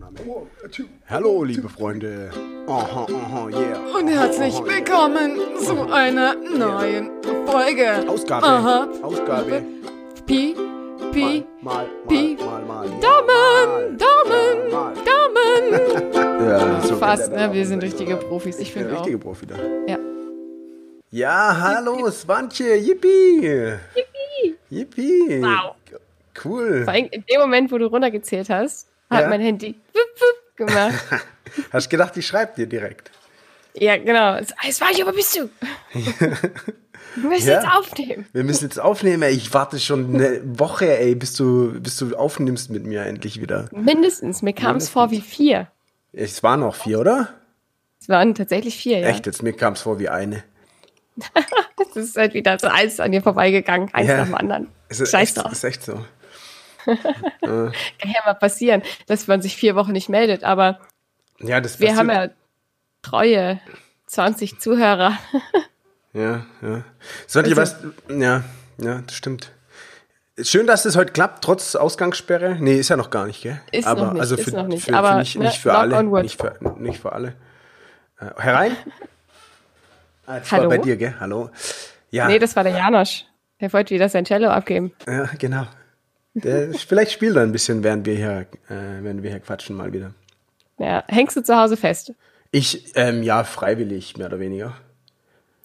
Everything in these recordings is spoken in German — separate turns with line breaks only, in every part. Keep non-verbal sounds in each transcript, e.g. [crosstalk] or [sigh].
Aufnahme. Hallo, liebe Freunde. Aha, aha, yeah.
Und herzlich
Aha, aha, yeah.
willkommen zu einer neuen Folge.
Ausgabe.
Aha.
Ausgabe.
Pi, Pi,
Mal, mal,
Pi.
mal, mal, mal.
Daumen, Daumen,
Mal.
Daumen.
[laughs] Ja, so
Fast,
geht der
ne? Wir
Daumen.
sind richtige Profis. Ich
Der
finde auch.
richtige Profi da.
Ja.
Ja, hallo, Swantje. Yippie. Yippie. Yippie.
Wow.
Cool.
Vor allem in dem Moment, wo du runtergezählt hast, hat
Ja.
mein Handy wup,
[laughs]
wup gemacht.
Hast gedacht, ich schreibe dir direkt.
ja, genau. Es- Es war ich, wo bist
[laughs]
du? du musst
Ja.
jetzt aufnehmen.
Wir müssen jetzt aufnehmen, ey. Ich warte schon eine Woche, ey, bis du, bis du aufnimmst mit mir endlich wieder.
Mindestens. Mir kam es vor wie vier.
Es waren noch vier, oder?
Es waren tatsächlich vier, ja.
Echt, jetzt mir kam es vor wie eine.
Es ist halt wieder so eins an dir vorbeigegangen, eins
Ja.
nach dem anderen.
Es ist
Scheiß
echt,
drauf.
Ist echt so.
Kann [laughs] ja mal passieren, dass man sich vier Wochen nicht meldet, aber
Ja, das
wir
passiert.
haben ja treue 20 Zuhörer.
Ja, ja. Sollte ihr was.
Also-
Ja, ja, das stimmt. Schön, dass es heute klappt, trotz Ausgangssperre. Nee, ist ja noch gar nicht, gell?
Ist
aber,
noch nicht,
also für,
ist noch nicht,
Für, für
aber,
mich,
ne,
nicht für
knock
alle.
on wood.
Nicht für, nicht für alle. Äh, herein? Ah, das
Hallo?
war bei dir, gell? Hallo. Ja,
Nee, das war der Janosch. Der wollte wieder sein Cello abgeben.
ja genau. Der, vielleicht spielt er ein bisschen, während wir hier, äh, während wir hier quatschen, mal wieder.
Ja, hängst du zu Hause fest?
Ich, ähm, ja, freiwillig, mehr oder weniger.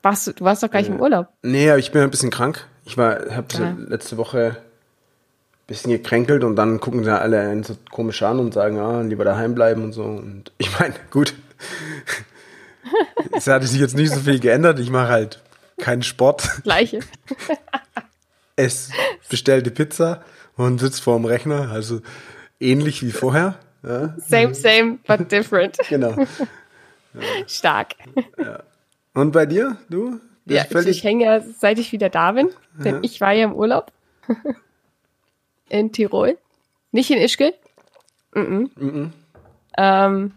Warst du, du warst doch gleich im Urlaub.
Nee, aber ich bin ein bisschen krank. Ich war, hab
Ah.
letzte Woche ein bisschen gekränkelt und dann gucken sie alle einen so komisch an und sagen, ah, lieber daheim bleiben und so. Und ich meine, gut. Es hatte sich jetzt nicht so viel geändert. Ich mache halt keinen Sport,
Gleiche.
esse bestellte Pizza und sitze vorm Rechner. Also ähnlich wie vorher. Ja,
Same, same, but different.
genau.
Stark.
Und bei dir? Du? Bist
Ja, ich, ich hänge ja, seit ich wieder da bin, denn ich war ja im Urlaub [laughs] in Tirol, nicht in Ischgl. Mhm. Ähm,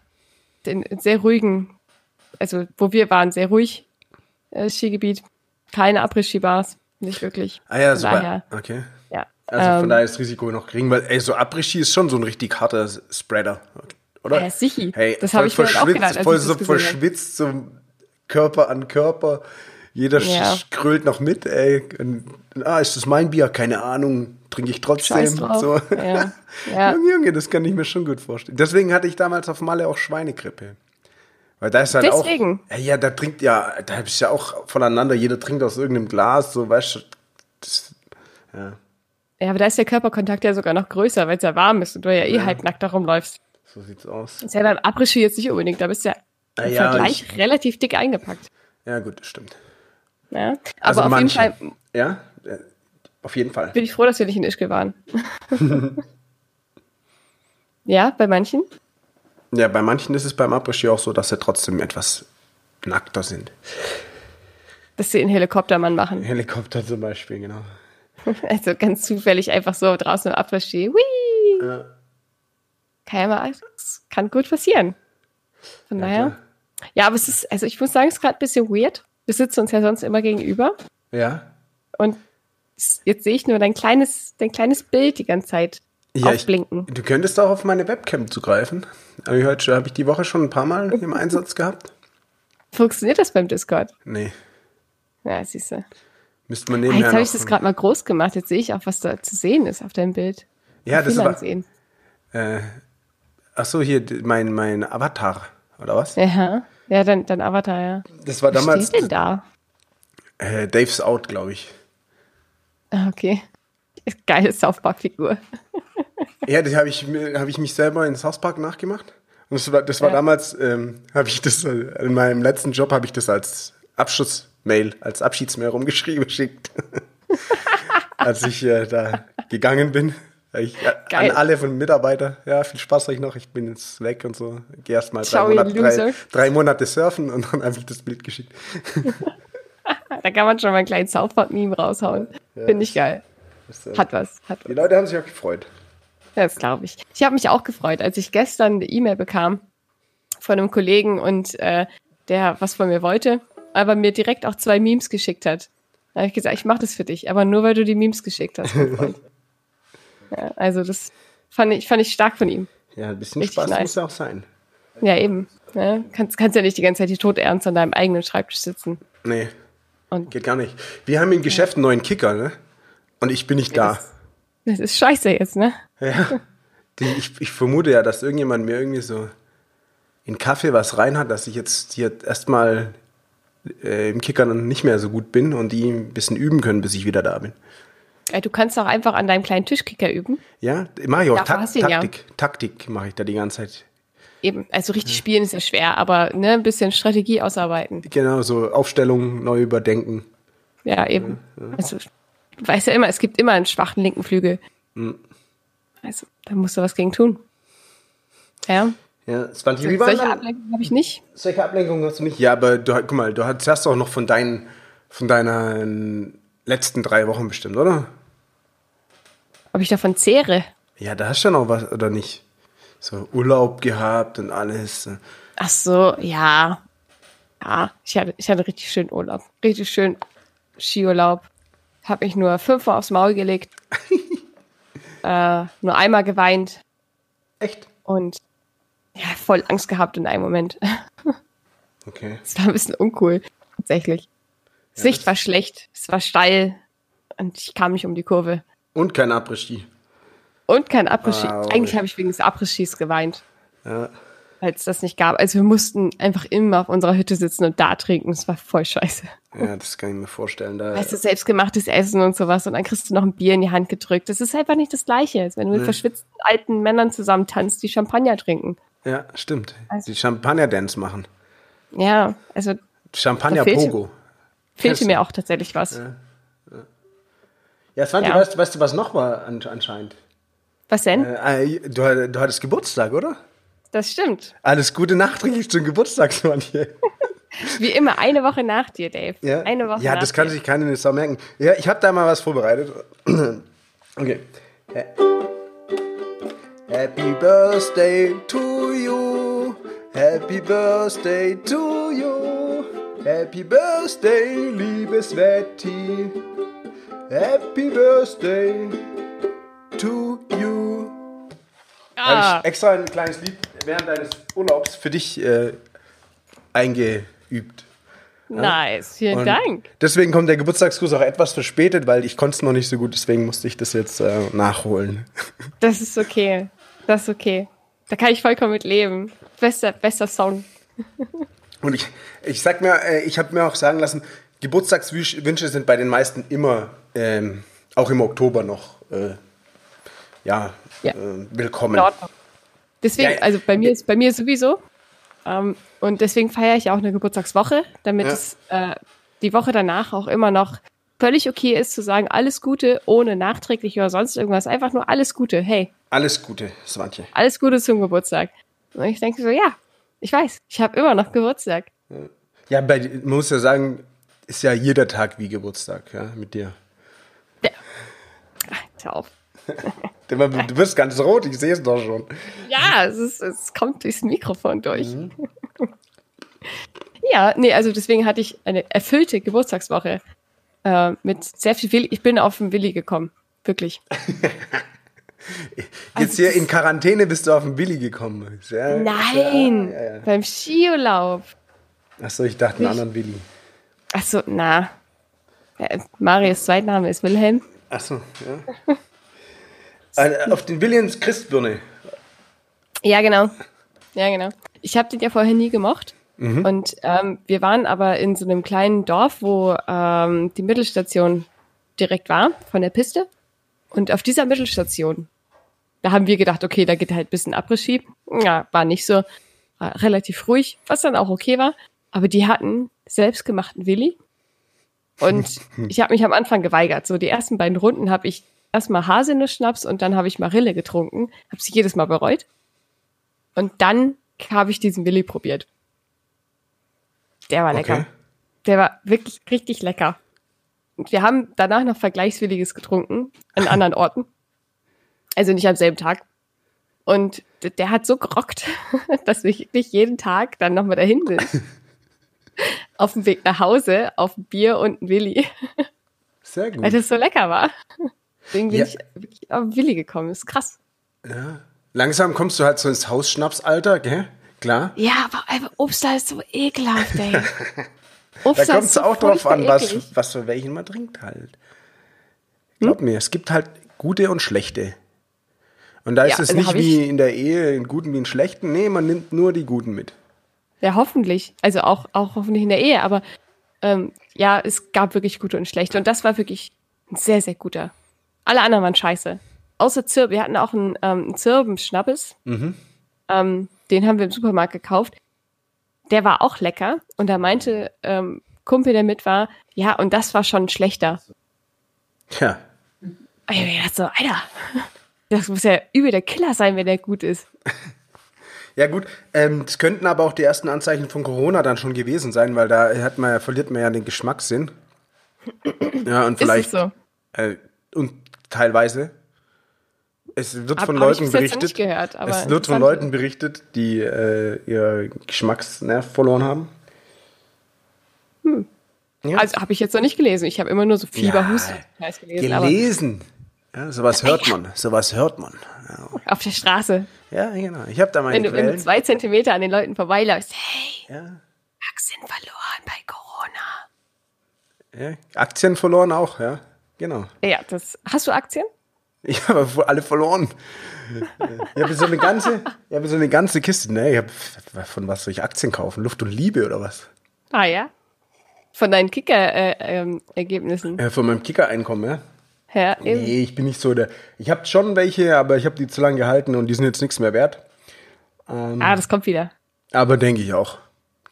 den sehr ruhigen, also wo wir waren, sehr ruhig äh, Skigebiet, keine Après-Ski-Bars, nicht wirklich.
ah ja,
Von
so bei,
daher,
okay.
ja.
Also
Ähm,
von daher ist das Risiko noch gering, weil ey, so Après-Ski ist schon so ein richtig harter S- Spreader, oder?
Ja, sichi.
Hey,
Das
voll
hab ich mir halt auch
verschwitzt,
gedacht, als
Voll
ich das
so
gesehen hab.
verschwitzt, so Körper an Körper. Jeder
Ja.
ja. krölt noch mit, ey. Und, ah, ist das mein Bier? Keine Ahnung. Trinke ich trotzdem.
Scheiß drauf.
So. [laughs]
Ja, ja.
Junge, Junge, das kann ich mir schon gut vorstellen. Deswegen hatte ich damals auf Malle auch Schweinegrippe. Weil da ist halt
Deswegen?
auch. Ey, Ja, da trinkt ja, da ist ja auch voneinander, jeder trinkt aus irgendeinem Glas, so weißt du. Das, ja.
ja, aber da ist der Körperkontakt ja sogar noch größer, weil es ja warm ist und du ja eh halbnackt da rumläufst.
So sieht's aus.
Ist ja beim Abrischi jetzt nicht unbedingt, da bist du ja
Ah,
im
ja,
Vergleich
ich-
relativ dick eingepackt.
Ja, gut, das stimmt.
Ja? Aber
Also
auf
manche.
jeden Fall
Ja, äh, auf jeden Fall.
bin ich froh, dass wir nicht in Ischgl waren. ja, bei manchen.
Ja, bei manchen ist es beim Après-Ski auch so, dass sie trotzdem etwas nackter sind.
Dass sie einen Helikoptermann machen.
Helikopter zum Beispiel, genau.
Also ganz zufällig einfach so draußen im Abrischi. Whee!
Ja.
Keine Ahnung, das kann gut passieren. Von daher. Ja, aber es ist, also ich muss sagen, es ist gerade ein bisschen weird. Wir sitzen uns ja sonst immer gegenüber.
Ja?
Und s- jetzt sehe ich nur dein kleines, dein kleines Bild die ganze Zeit
Ja, ich,
aufblinken.
du könntest auch auf meine Webcam zugreifen. Habe ich, heute schon- hab ich die Woche schon ein paar Mal im Einsatz gehabt?
Funktioniert das beim Discord?
Nee,
Ja, siehst du.
müsste man
Ah,
nebenher
jetzt habe
noch-
ich das gerade mal groß gemacht. Jetzt sehe ich auch, was da zu sehen ist auf deinem Bild.
Ja, das
Fehlern
war,
sehen.
ach so, hier d- mein, mein Avatar, oder was?
Ja, ja dein, dein Avatar, ja.
Das war
Was
damals
steht denn da?
äh, Dave's Out, glaube ich.
Ah, okay. Geile South Park-Figur.
Ja, das habe ich, mir- hab ich mich selber in South Park nachgemacht. Und das war, das war
Ja.
damals, ähm, habe ich das, äh, in meinem letzten Job habe ich das als Abschlussmail, als Abschiedsmail rumgeschrieben, geschickt. [laughs] als ich äh, da gegangen bin. Hab Ich, äh, an
Geil.
alle von Mitarbeiter, ja, viel Spaß euch noch, ich bin jetzt weg und so. Geh erst mal drei
Ciao, ihr
Monate, drei,
Loser.
drei Monate surfen und dann habe ich das Bild geschickt.
Ah, [laughs] Da kann man schon mal einen kleinen South Park-Meme raushauen. Finde ich geil.
Das, äh,
Hat was. Hat
Die
was.
Leute haben sich auch gefreut.
Das glaube ich. Ich habe mich auch gefreut, als ich gestern eine E-Mail bekam von einem Kollegen und äh, der was von mir wollte, aber mir direkt auch zwei Memes geschickt hat. Da habe ich gesagt, ich mache das für dich, aber nur weil du die Memes geschickt hast. mein Freund. ja, also das fand ich, fand ich stark von ihm.
Ja, ein bisschen
Richtig
Spaß
nice.
muss ja auch sein.
Ja, eben. Ne? Kannst, kannst ja nicht die ganze Zeit die Todernst an deinem eigenen Schreibtisch sitzen.
Nee,
Und-
geht gar nicht. Wir haben im Geschäft einen neuen Kicker, ne? Und ich bin nicht da.
Das ist scheiße jetzt, ne?
Ja. Die, ich, ich vermute ja, dass irgendjemand mir irgendwie so in Kaffee was rein hat, dass ich jetzt hier erstmal äh, im Kicker dann nicht mehr so gut bin und die ein bisschen üben können, bis ich wieder da bin.
Äh, Du kannst doch einfach an deinem kleinen Tischkicker üben.
Ja, mache ich auch.
Dafür
Tak
hast du ihn ja.
Taktik, Taktik mache ich da die ganze Zeit.
Eben, also richtig spielen ist ja schwer, aber ne, ein bisschen Strategie ausarbeiten.
Genau, so Aufstellung neu überdenken.
Ja, eben. Also, du weißt ja immer, es gibt immer einen schwachen linken Flügel. Also, da musst du was gegen tun. Ja, also
Ja, das fand ich, wie waren
solche
dann,
Ablenkungen habe ich nicht.
solche Ablenkungen hast du nicht? Ja, aber du, guck mal, du hast- hast auch noch von deinen, von deinen letzten drei Wochen bestimmt, oder?
Ob ich davon zehre?
Ja, da hast du ja noch was, oder nicht? So Urlaub gehabt und alles.
Ach so, ja. Ja, ich hatte, ich hatte richtig schönen Urlaub. Richtig schön Skiurlaub. Hab mich nur fünfmal aufs Maul gelegt. äh, nur einmal geweint
Echt?
und ja, voll Angst gehabt in einem Moment.
Okay.
Es war ein bisschen uncool, tatsächlich.
Ja,
Das Sicht
das-
war schlecht, es war steil und ich kam nicht um die Kurve.
Und kein Abriss-Ski.
Und kein Abriss-Ski.
Ah,
Eigentlich
okay.
habe ich wegen des Abriss-Skis geweint,
Ja.
weil es das nicht gab. Also wir mussten einfach immer auf unserer Hütte sitzen und da trinken. Es war voll scheiße.
ja, das kann ich mir vorstellen. Da,
Weißt du, selbstgemachtes Essen und sowas und dann kriegst du noch ein Bier in die Hand gedrückt. Das ist halt einfach nicht das Gleiche, als wenn du mit verschwitzten alten Männern zusammen tanzt, die Champagner trinken.
ja, stimmt.
Also-
Die Champagner-Dance machen.
Ja, also Da
Champagner-Pogo. Kennst
fehlte
du?
mir auch tatsächlich was.
Ja, das fand
Ja.
ich- Weißt, weißt du, was noch war an, anscheinend?
Was denn?
Äh, äh, du, du hattest Geburtstag, oder?
Das stimmt.
Alles Gute [laughs] nachträglich zum Geburtstag, Sonja.
Wie immer, eine Woche nach dir, Dave.
Ja,
Eine Woche
Ja,
nach
das kann
dir.
sich keine Sau merken. Ja, ich habe da mal was vorbereitet. [clears throat] Okay. Hä? Happy Birthday to you. Happy Birthday to you. Happy Birthday, liebes Vetti. Happy Birthday to you.
Ah,
Habe ich extra ein kleines Lied während deines Urlaubs für dich äh, eingeübt.
nice. Vielen
ne? Und
Dank.
Deswegen kommt der Geburtstagsgruß auch etwas verspätet, weil ich konnte es noch nicht so gut, deswegen musste ich das jetzt äh, nachholen. [laughs]
Das ist okay. Das ist okay. Da kann ich vollkommen mit leben. Bester, bester Song.
Und ich, ich sag mir, äh, ich habe mir auch sagen lassen, Geburtstagswünsche sind bei den meisten immer, ähm, auch im Oktober noch, äh, ja,
Ja.
Äh, willkommen.
In Ordnung. Deswegen,
Ja, ja.
also bei mir ist bei mir sowieso. Ähm, und deswegen feiere ich auch eine Geburtstagswoche, damit
Ja.
es äh, die Woche danach auch immer noch völlig okay ist zu sagen, alles Gute, ohne nachträglich oder sonst irgendwas. Einfach nur alles Gute. Hey,
Alles Gute, Swantje.
alles Gute zum Geburtstag. Und ich denke so, ja, ich weiß, ich habe immer noch Geburtstag.
Ja, bei, man muss ja sagen, ist ja jeder Tag wie Geburtstag, ja, mit dir.
Ach, hör auf.
Du du wirst ganz rot, ich sehe es doch schon.
Ja, es, ist, es kommt durchs Mikrofon durch.
Mhm.
[laughs] ja, nee, also deswegen hatte ich eine erfüllte Geburtstagswoche äh, mit sehr viel Willi. Ich bin auf den Willi gekommen, wirklich.
Äh, Jetzt hier in Quarantäne bist du auf den Willi gekommen. Sehr,
Also Nein,
Ja, ja, ja.
beim Skiurlaub.
Achso, ich dachte einen
Nicht-
anderen Willi.
Achso, na. Äh, Marius Zweitname ist Wilhelm.
Achso, ja. [laughs] Äh, auf den Williams Christbirne.
Ja, genau. Ja, genau. Ich habe den ja vorher nie gemocht. Und ähm, wir waren aber in so einem kleinen Dorf, wo ähm, die Mittelstation direkt war von der Piste. Und auf dieser Mittelstation, da haben wir gedacht, okay, da geht halt ein bisschen Abrisschi. Ja, war nicht so. War relativ ruhig, was dann auch okay war. Aber die hatten selbstgemachten Willi. Und ich habe mich am Anfang geweigert. So die ersten beiden Runden habe ich erstmal Haselnuss-Schnaps und dann habe ich Marille getrunken. Habe sie jedes Mal bereut. Und dann habe ich diesen Willi probiert. Der war lecker.
Okay.
Der war wirklich richtig lecker. Und wir haben danach noch Vergleichswilliges getrunken an anderen Orten. Also nicht am selben Tag. Und d- der hat so gerockt, [laughs] dass wir wirklich jeden Tag dann nochmal dahin [laughs] sind. auf dem Weg nach Hause, auf ein Bier und ein Willi,
Sehr gut.
Also- weil das so lecker war. Deswegen bin
Ja.
ich wirklich auf den Willi gekommen. Das ist krass.
ja. Langsam kommst du halt so ins Hausschnapsalter, gell? Klar.
Ja, aber einfach Obstler ist so ekelhaft, ey.
Da
Obstler
kommt es
so
auch drauf
furchtbar
an, was,
eklig. Hm?
was für welchen man trinkt halt. Glaub mir, es gibt halt gute und schlechte. Und da ist
Ja,
es
also
nicht
hab
wie in der Ehe, in guten wie in schlechten. Nee, man nimmt nur die guten mit.
Ja, hoffentlich. Also auch, auch hoffentlich in der Ehe, aber ähm, ja, es gab wirklich gute und schlechte. Und das war wirklich ein sehr, sehr guter. Alle anderen waren scheiße. Außer Zirb. Wir hatten auch einen, ähm, einen Zirbenschnappes.
Mhm.
Ähm, den haben wir im Supermarkt gekauft. Der war auch lecker. Und da meinte ähm, Kumpel, der mit war, ja, und das war schon schlechter.
Tja,
Und ich hab mir gedacht so, Alter, [laughs] das muss ja übel der Killer sein, wenn der gut ist.
Ja gut, ähm, es könnten aber auch die ersten Anzeichen von Corona dann schon gewesen sein, weil da hat man, ja- verliert man ja den Geschmackssinn. Ja, und vielleicht.
Ist es so?
äh, und teilweise. Es wird
Hab-
von
hab ich
Leuten
bis jetzt noch
berichtet.
nicht gehört, aber
es wird von
interessant.
Leuten berichtet, die äh, ihr Geschmacksnerv verloren haben. Ja.
Also habe ich jetzt noch nicht gelesen. Ich habe immer nur so Fieber,
Ja,
Husten Scheiß gelesen,
Gelesen. Ja, sowas hört man. Sowas hört man.
aber auf der Straße.
Ja, genau. Ich habe da meine
Wenn du, wenn du
Quellen.
zwei Zentimeter an den Leuten vorbeiläufst, hey,
Ja,
Aktien verloren bei Corona.
ja. Aktien verloren auch, ja. Genau.
Ja, das. Hast du Aktien?
Ich habe aber alle verloren. Ich habe so eine ganze, ich habe so eine ganze Kiste. Ne? Ich habe, von was soll ich Aktien kaufen? Luft und Liebe oder was?
Ah ja. Von deinen Kicker-Ergebnissen. ähm,
Äh, von meinem Kicker-Einkommen, ja?
ja, eben.
Nee, ich bin nicht so der. Ich habe schon welche, aber ich habe die zu lange gehalten und die sind jetzt nichts mehr wert.
Ah, das kommt wieder.
Aber denke ich auch.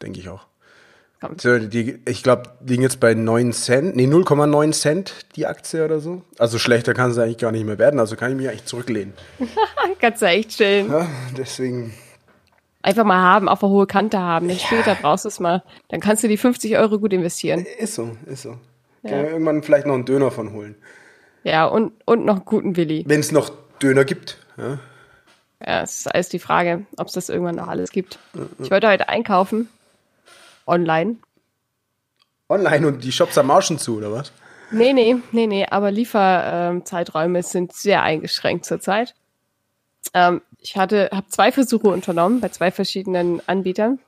Denke ich auch.
Kommt.
So, die, ich glaube, liegen jetzt bei 9 Cent, nee, 0,9 Cent die Aktie oder so. Also schlechter kann es eigentlich gar nicht mehr werden, also kann ich mich eigentlich zurücklehnen.
[laughs] Kannst du echt chillen.
Ja, deswegen.
Einfach mal haben, auf eine hohe Kante haben. Denn später brauchst du es mal. Dann kannst du die 50 Euro gut investieren.
Ist so, ist so. Kann mir irgendwann vielleicht noch einen Döner von holen.
Ja, und, und noch einen guten Willi.
Wenn es noch Döner gibt. Ja?
Ja, es ist alles die Frage, ob es das irgendwann noch alles gibt. Ich wollte heute einkaufen. Online.
Online und die Shops am Arschen zu, oder was?
Nee, nee, nee, nee, aber Lieferzeiträume sind sehr eingeschränkt zurzeit. Ähm, ich hatte, habe zwei Versuche unternommen bei zwei verschiedenen Anbietern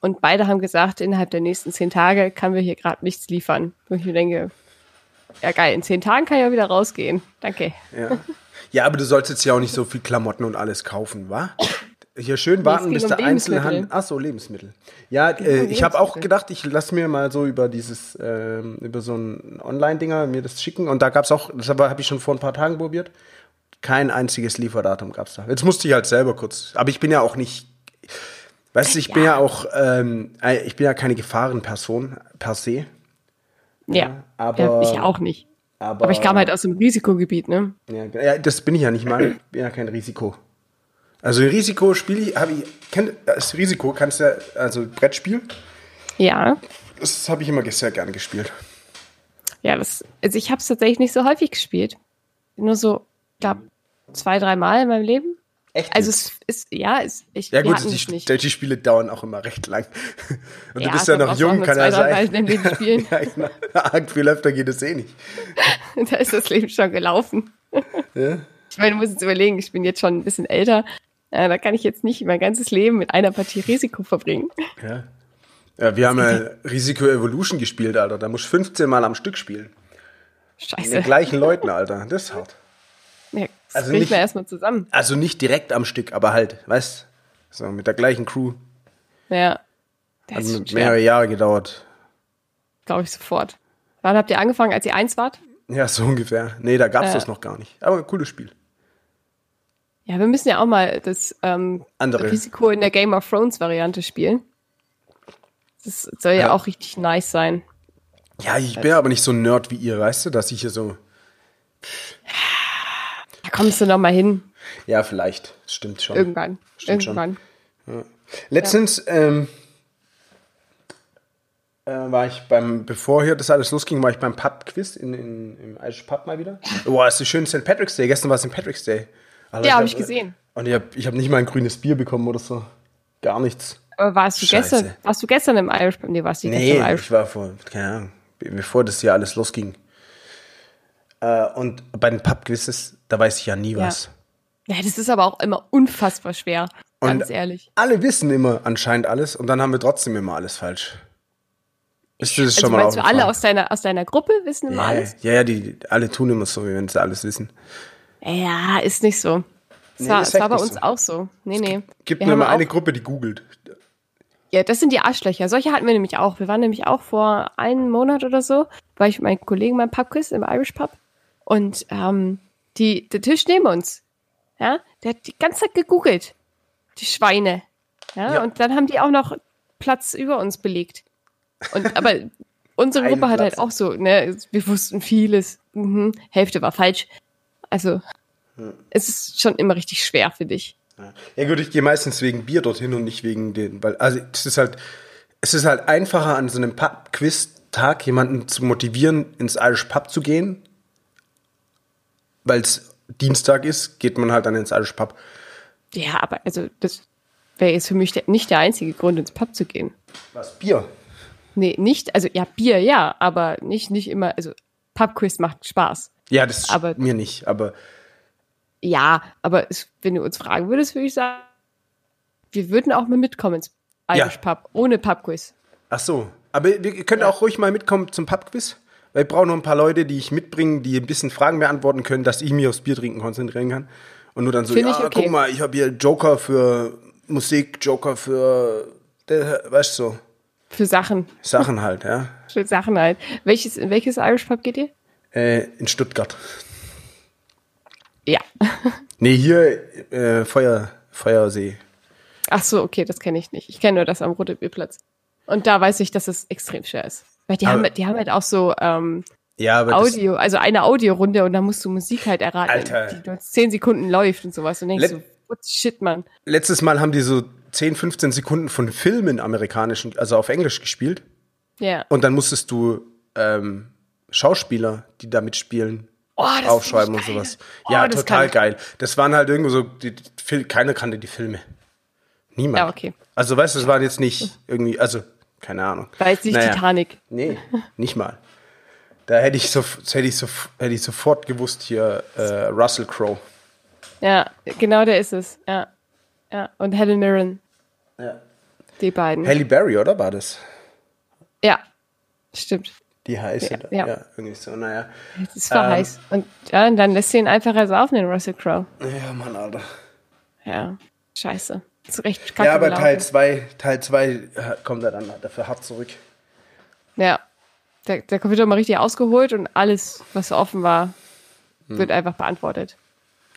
und beide haben gesagt, innerhalb der nächsten zehn Tage kann wir hier gerade nichts liefern. Wo ich mir denke, ja geil, in zehn Tagen kann ich ja wieder rausgehen. Danke.
Ja. ja, aber du sollst jetzt ja auch nicht so viel Klamotten und alles kaufen, wa? Hier schön warten,
Nee, es
bis
ging
der
um Lebensmittel. um
Einzelhandel. Ach so, Lebensmittel. Ja, äh, ich habe auch
Lebensmittel.
gedacht, ich lasse mir mal so über dieses, ähm, über so ein Online-Dinger mir das schicken. Und da gab es auch, das habe ich schon vor ein paar Tagen probiert. Kein einziges Lieferdatum gab es da. Jetzt musste ich halt selber kurz. Aber ich bin ja auch nicht. Weißt du, ich bin ja auch, ähm, äh, ich bin ja keine Gefahrenperson per se.
Ja,
aber-
ja, ich auch nicht.
Aber,
Aber ich kam halt aus dem Risikogebiet, ne?
Ja, ge- ja, das bin ich ja nicht mal. Ich bin ja kein Risiko. Also ein Risiko spiele ich, habe ich, kenn, das Risiko kannst du ja, also Brettspiel,
Ja,
das habe ich immer sehr gerne gespielt.
ja, das, also ich habe es tatsächlich nicht so häufig gespielt. Nur so, ich glaube, zwei, dreimal in meinem Leben.
Echt?
Also es ist, ja, es, ich
ja
wir
gut,
hatten
die,
es nicht.
die Spiele dauern auch immer recht lang. Und du bist ja
es
noch
brauchst
jung,
auch nur
kann
zwei, halt
ja [laughs]
drei
sein.
Mal im Leben spielen.
Ja, genau. Arg viel öfter geht es eh nicht.
Da ist das Leben schon gelaufen. Ich meine, du musst jetzt überlegen, ich bin jetzt schon ein bisschen älter. Äh, Da kann ich jetzt nicht mein ganzes Leben mit einer Partie Risiko verbringen.
Ja. Ja, wir haben ja Risiko Evolution gespielt, Alter. Da musst du 15 Mal am Stück spielen. Mit
Scheiße.
den gleichen Leuten, Alter. Das ist hart.
Ja, das
Also
also bringt
nicht-
man erstmal zusammen.
Also nicht direkt am Stück, aber halt, weißt So, mit der gleichen Crew.
Ja. Das ist
Hat
schon
mehrere
schwer,
Jahre gedauert.
glaube ich sofort. Wann habt ihr angefangen, als ihr eins wart?
Ja, so ungefähr. Nee, da gab's
Äh.
das noch gar nicht. Aber ein cooles Spiel.
Ja, wir müssen ja auch mal das ähm,
Andere.
Risiko in der Game of Thrones Variante spielen. Das soll ja,
Ja.
auch richtig nice sein.
Ja, ich bin aber nicht so ein Nerd wie ihr, weißt du, dass ich hier so.
Da kommst du noch mal hin
Ja, vielleicht. Stimmt schon.
irgendwann.
Stimmt schon.
irgendwann.
Letztens ähm, äh, war ich beim, bevor hier das alles losging, war ich beim Pub-Quiz in, in, im Irish Pub mal wieder. Boah, ist das schön St. Patrick's Day. Gestern war St. Patrick's Day. Alter,
Ja, hab
hab- äh,
ich gesehen.
Und ich habe ich hab nicht mal ein grünes Bier bekommen oder so. Gar nichts.
Aber warst du
Scheiße.
gestern? Warst du gestern im Irish? Nee, warst du
Nee,
gestern im Irish?
ich war vor, keine Ahnung, be- bevor das hier alles losging. Äh, und bei den Pubquizzes, da weiß ich ja nie was.
Ja, das ist aber auch immer unfassbar schwer,
Und-
ganz ehrlich.
Alle wissen immer anscheinend alles und dann haben wir trotzdem immer alles falsch. Ist dir das
Also
schon mal
meinst du, alle
aufgefallen?
aus deiner, aus deiner Gruppe wissen immer
ja,
alles?
Ja, ja, die, alle tun immer so, wie wenn sie alles wissen.
Ja, ist nicht so. Es
Nee,
war,
ist
es war
echt
bei
nicht
uns
so.
auch so. Nee, nee.
Gibt
Wir
mir
haben
mal eine
auch-
Gruppe, die googelt.
Ja, das sind die Arschlöcher. Solche hatten wir nämlich auch. Wir waren nämlich auch vor einem Monat oder so, war ich mit meinen Kollegen beim Pubquiz im Irish Pub. Und ähm, die, der Tisch neben uns, ja, der hat die ganze Zeit gegoogelt. Die Schweine. Ja,
Ja.
und dann haben die auch noch Platz über uns belegt. Und
[laughs]
aber unsere
Einen
Gruppe hat halt
Platz.
auch so, ne, wir wussten vieles. Mhm, Hälfte war falsch. Also,
Hm.
es ist schon immer richtig schwer für dich.
Ja gut, ich gehe meistens wegen Bier dorthin und nicht wegen den, weil also es ist halt es ist halt einfacher an so einem Pub Quiz Tag jemanden zu motivieren ins Irish Pub zu gehen. Weil es Dienstag ist, geht man halt dann ins Irish Pub.
Ja, aber also das wäre jetzt für mich der, nicht der einzige Grund, ins Pub zu gehen.
Was Bier?
Nee, nicht, also ja, Bier ja, aber nicht, nicht immer, also Pubquiz macht Spaß.
Ja, das
Aber-
aber mir nicht, aber
Ja, aber es, wenn du uns fragen würdest, würde ich sagen, wir würden auch mal mitkommen ins
Ja.
Irish Pub, ohne Pubquiz.
ach so, aber ihr könnt auch ruhig mal mitkommen zum Pub Quiz. Weil ich brauche noch ein paar Leute, die ich mitbringen, die ein bisschen Fragen beantworten können, dass ich mich aufs Bier trinken konzentrieren kann. Und nur dann so,
Finde ich
ja,
okay.
guck mal, ich habe hier Joker für Musik, Joker für, der, weißt du, so,
Für Sachen, [laughs]
Sachen halt, ja.
für Sachen halt. Welches, in welches Irish Pub geht ihr?
Äh, in Stuttgart.
Ja. [laughs]
Nee, hier äh, Feuer, Feuersee.
Ach so, okay, das kenne ich nicht. Ich kenne nur das am Rote Bierplatz. Und da weiß ich, dass es extrem schwer ist. Weil die,
Aber-
haben, die haben halt auch so, ähm,
Ja, aber das,
Audio, also eine Audiorunde und dann musst du Musik halt erraten,
Alter.
die nur zehn Sekunden läuft und sowas. Und denkst
Let-
du, what the shit, Mann.
letztes Mal haben die so 10, 15 Sekunden von Filmen amerikanischen, also auf Englisch gespielt.
Ja.
Und dann musstest du ähm, Schauspieler, die da mitspielen,
Oh, das find ich
aufschreiben und
geil.
sowas.
Oh,
ja,
das
total
kann ich.
geil. Das waren halt irgendwo so, die, die, Fil- keiner kannte die Filme. Niemand.
Ja, okay.
Also, weißt du, es waren jetzt nicht irgendwie, also, keine Ahnung.
War jetzt nicht
Naja.
Titanic.
Nee, nicht mal. Da hätte ich, so, hätte ich, so, hätte ich sofort gewusst, hier äh, Russell Crowe.
Ja, genau der ist es. Ja. ja. Und Helen Mirren.
Ja.
Die beiden.
Halle Berry, oder war das?
ja. Stimmt.
Die heiße.
Ja,
da.
ja.
ja irgendwie so, naja.
Das war
Ähm.
heiß. Und, ja, und dann lässt sie ihn einfach ersaufen, den Russell Crowe.
Ja, Mann, Alter.
Ja. Scheiße. Ist recht kacke
ja, aber
gelaufen.
Teil 2 Teil zwei äh, kommt er dann dafür hart zurück.
Ja. Der, der Computer mal richtig ausgeholt und alles, was offen war, wird einfach beantwortet.
Hm.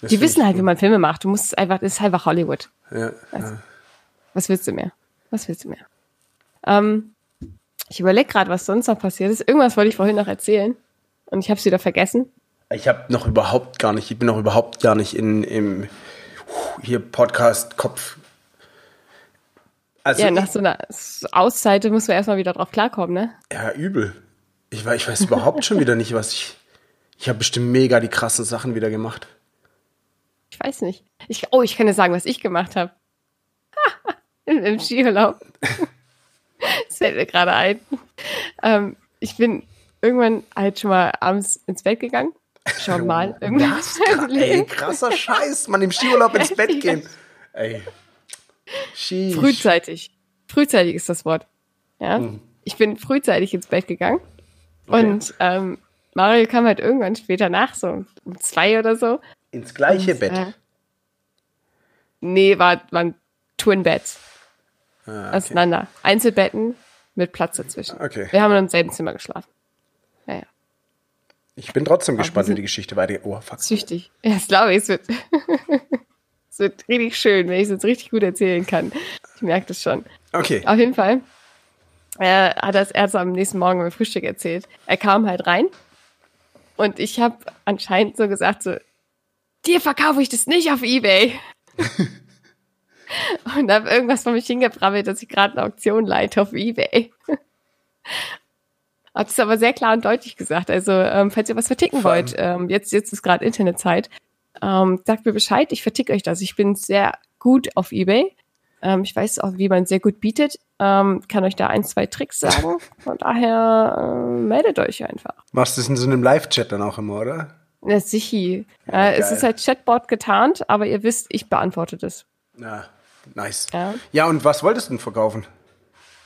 Das
Die
find
wissen
ich
halt, wie
cool.
man Filme macht. Du musst es einfach, das ist einfach Hollywood.
Ja,
Also-
ja.
Was willst du mehr? Was willst du mehr? Ähm, ich überlege gerade, was sonst noch passiert ist. Irgendwas wollte ich vorhin noch erzählen und ich habe es wieder vergessen.
Ich habe noch überhaupt gar nicht, ich bin noch überhaupt gar nicht in, im hier Podcast-Kopf. Also,
Ja, nach so einer Auszeit muss man erstmal wieder drauf klarkommen, ne?
Ja, übel. Ich, wei- ich weiß überhaupt schon wieder nicht, was ich. Ich habe bestimmt mega die krassen Sachen wieder gemacht.
Ich weiß nicht. Ich, oh, ich kann dir sagen, was ich gemacht habe. [laughs] Im, Im Skiurlaub. [laughs] das fällt mir gerade ein. Ähm, ich bin irgendwann halt schon mal abends ins Bett gegangen. Schon mal. Irgendwann [laughs]
Was? Kra ey, krasser Scheiß, man im Skiurlaub ins Bett gehen. Ey. Sheesh.
Frühzeitig. Frühzeitig ist das Wort. Ja.
Hm.
Ich bin frühzeitig ins Bett gegangen. Und ähm, Mario kam halt irgendwann später nach, so um zwei oder so.
Ins gleiche Bett.
Äh, nee, war, waren Twin Beds
Ah, okay.
auseinander. Einzelbetten mit Platz dazwischen.
Okay.
Wir haben in einem selben Zimmer geschlafen. Naja,
Ich bin trotzdem gespannt, wie
sind-
die Geschichte weitergeht. Oh, fuck.
süchtig. Ja, das glaube ich. Es wird, [laughs] es wird richtig schön, wenn ich es jetzt richtig gut erzählen kann. Ich merke das schon.
Okay.
Auf jeden Fall äh, hat das erst am nächsten Morgen beim Frühstück erzählt. Er kam halt rein und ich habe anscheinend so gesagt so, dir verkaufe ich das nicht auf Ebay.
[laughs]
und habe irgendwas von mich hingebrabbelt, dass ich gerade eine Auktion leite auf Ebay. Hat es aber sehr klar und deutlich gesagt. Also, ähm, falls ihr was verticken
Vor allem-
wollt, ähm, jetzt, jetzt ist gerade Internetzeit, ähm, sagt mir Bescheid, ich verticke euch das. Ich bin sehr gut auf Ebay. Ähm, ich weiß auch, wie man sehr gut bietet. Ähm, kann euch da ein, zwei Tricks
[laughs]
sagen. Von daher äh, meldet euch einfach.
Machst du es in so einem Live-Chat dann auch immer, oder?
Na, sichi.
Ja,
äh, es
geil.
ist halt Chatbot getarnt, aber ihr wisst, ich beantworte das.
Ja, nice.
Ja.
Ja, und was wolltest du denn verkaufen?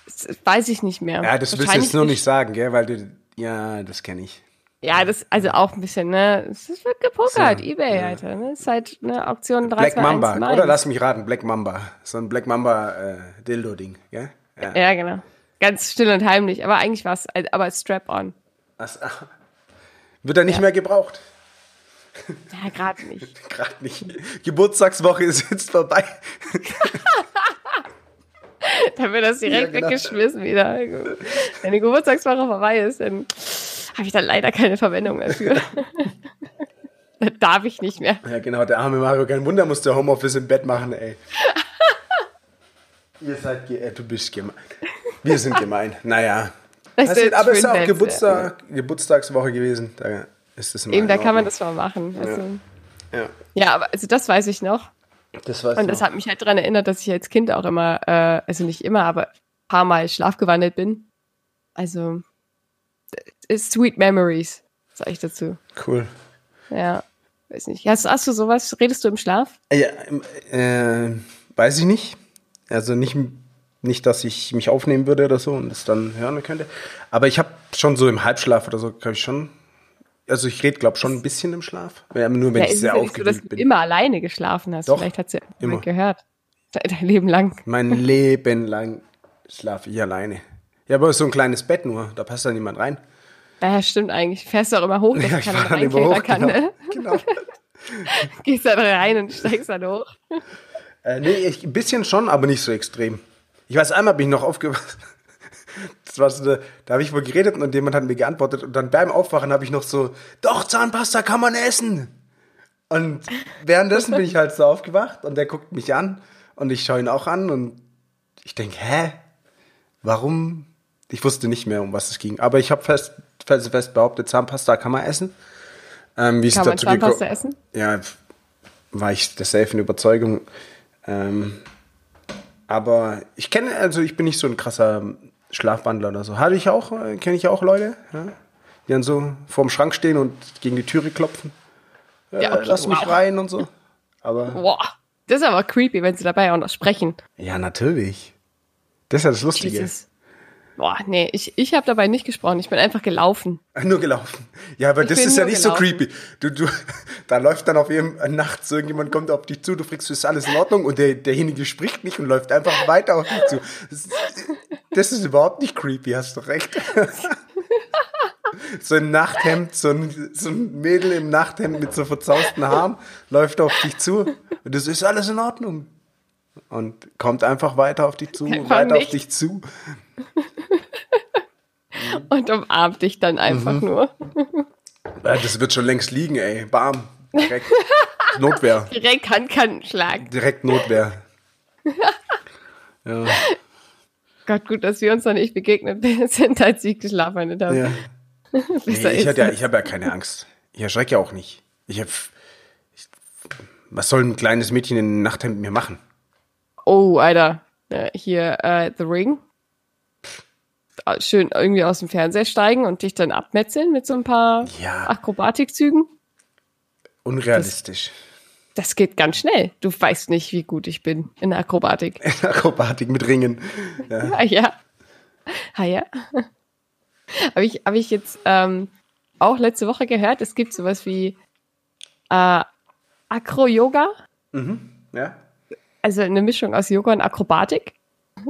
das weiß ich nicht mehr.
Ja, das willst du
Wahrscheinlich
jetzt nur nicht sagen, gell? Weil du. Ja, das kenne ich.
Ja, das, also auch ein bisschen, ne? Es ist- wird gepokert,
So,
Ebay,
ja.
Alter. Ne? Es ist halt eine Auktion 3,
Black
2, 1,
Mamba.
nein.
Oder lass mich raten, Black Mamba. So ein Black Mamba-Dildo-Ding, gell? Ja.
Ja, genau. Ganz still und heimlich. Aber eigentlich war es, aber Strap-on.
Das, ach, wird er nicht mehr gebraucht. [laughs]
Ja, gerade nicht. [laughs]
Gerade nicht. Geburtstagswoche ist jetzt vorbei.
Dann wird das direkt
Ja, genau.
weggeschmissen wieder. Wenn die Geburtstagswoche vorbei ist, dann habe ich da leider keine Verwendung mehr für. [laughs] da darf ich nicht mehr.
Ja, genau, der arme Mario. Kein Wunder, muss der Homeoffice im Bett machen, ey. Ihr seid, ge äh, du bist gemein. Wir sind gemein. Naja.
Das
Also,
jetzt
aber es
schön
ist ja auch
wenn's-
Geburtstag, Geburtstagswoche gewesen. Da ist es immer
Eben, da
in
kann
Ordnung.
man das mal machen. Also,
Ja,
ja. aber also das weiß ich noch.
das war's.
Und das hat mich halt daran erinnert, dass ich als Kind auch immer, äh, also nicht immer, aber ein paar Mal schlafgewandelt bin. Also, äh, sweet memories, sag ich dazu.
cool.
Ja, weiß nicht. Hast, hast du sowas? Redest du im Schlaf?
Ja, ähm, äh, weiß ich nicht. Also nicht, nicht, dass ich mich aufnehmen würde oder so und es dann hören könnte. Aber ich habe schon so im Halbschlaf oder so, glaube ich schon. Also ich rede, glaube schon ein bisschen im Schlaf. Ja, Nur wenn
Ja,
ich
es ist
sehr
ja nicht so, dass
aufgewühlt
du
bin.
immer alleine geschlafen hast.
Doch,
Vielleicht hat sie ja
immer.
immer gehört. De- Dein Leben lang. [laughs]
Mein Leben lang schlafe ich alleine. Ja, aber so ein kleines Bett nur, da passt da niemand rein.
Naja, stimmt eigentlich. Fährst du auch immer hoch, dass
Ja,
ja, keiner
fahr dann immer
reinklettern kann.
genau.
Ne?
genau.
Gehst dann rein und steigst dann hoch.
Äh, nee, ich, ein bisschen schon, aber nicht so extrem. Ich weiß, einmal bin ich noch aufgewacht. [laughs] Das war so eine, da habe ich wohl geredet und jemand hat mir geantwortet. Und dann beim Aufwachen habe ich noch so, doch, Zahnpasta kann man essen. Und währenddessen bin ich halt so aufgewacht und der guckt mich an und ich schaue ihn auch an und ich denke, hä? Warum? Ich wusste nicht mehr, um was es ging. Aber ich habe fest, fest, fest behauptet, Zahnpasta kann man essen. Ähm, wie es
Kann man
dazu geko-
Zahnpasta essen?
ja, war ich der safen Überzeugung. Ähm, aber ich kenne, also ich bin nicht so ein krasser Schlafwandler oder so. Hatte ich auch, äh, kenne ich auch Leute, ja, die dann so vorm Schrank stehen und gegen die Türe klopfen. Äh,
Ja, okay,
lass mich
wow.
rein und so. Aber
Boah. Das ist aber creepy, wenn sie dabei auch noch sprechen.
ja, natürlich. Das ist ja das Lustige.
Jesus. Boah, nee, ich, ich habe dabei nicht gesprochen. Ich bin einfach gelaufen.
Ah, [laughs] Nur gelaufen. Ja, aber das
bin
ist ja
nur
nicht so
gelaufen.
creepy. Du, du, [laughs] da läuft dann auf jedem nachts irgendjemand kommt auf dich zu, du fragst, ist alles in Ordnung? Und der, derjenige spricht nicht und läuft einfach weiter auf dich zu. Das, ist- das ist überhaupt nicht creepy, hast du recht. [laughs] So im Nachthemd, so ein, so ein Mädel im Nachthemd mit so verzausten Haaren läuft auf dich zu und das ist alles in Ordnung. Und kommt einfach weiter auf dich zu,
Einfach
weiter auf
nicht.
dich zu.
Und umarmt dich dann einfach
Mhm.
nur.
Ja, Das wird schon längst liegen, ey. Bam. Direkt. Notwehr.
Direkt Handkantenschlag.
Direkt Notwehr. [laughs] ja.
Gott, gut, dass wir uns noch nicht begegnet [laughs] sind, als ich geschlafen habe.
ja.
Besser
Nee, ich
ist
hab ja,
das.
ich habe ja keine Angst. Ich erschrecke ja auch nicht. Ich hab, ich, was soll ein kleines Mädchen in einem Nachthemd mit mir machen?
Oh, Alter. Ja, hier, äh, The Ring. Ah, Schön irgendwie aus dem Fernseher steigen und dich dann abmetzeln mit so ein paar
Ja.
Akrobatikzügen.
Unrealistisch.
Das geht ganz schnell. Du weißt nicht, wie gut ich bin in der Akrobatik.
[laughs] Akrobatik mit Ringen.
Ah ja. Ah ja. Habe ich, hab ich jetzt ähm, auch letzte Woche gehört, es gibt sowas wie äh, Acro-Yoga,
Ja?
also eine Mischung aus Yoga und Akrobatik.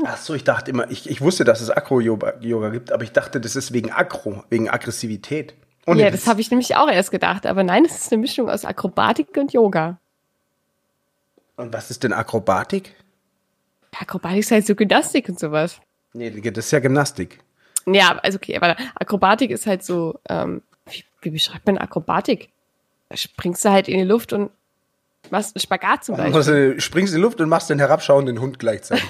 Ach so, ich dachte immer, ich, ich wusste, dass es Akro-Yoga Yoga gibt, aber ich dachte, das ist wegen Akro, wegen Aggressivität.
ja, das habe ich nämlich auch erst gedacht, aber nein, es ist eine Mischung aus Akrobatik und Yoga.
Und was ist denn Akrobatik?
Akrobatik ist halt so Gymnastik und sowas.
Nee, das ist ja Gymnastik.
Ja, also okay, aber Akrobatik ist halt so, ähm, wie, wie beschreibt man Akrobatik? Da springst du halt in die Luft und machst einen Spagat zum Beispiel.
Also, äh, springst in die Luft und machst den herabschauenden Hund
[laughs]
gleichzeitig.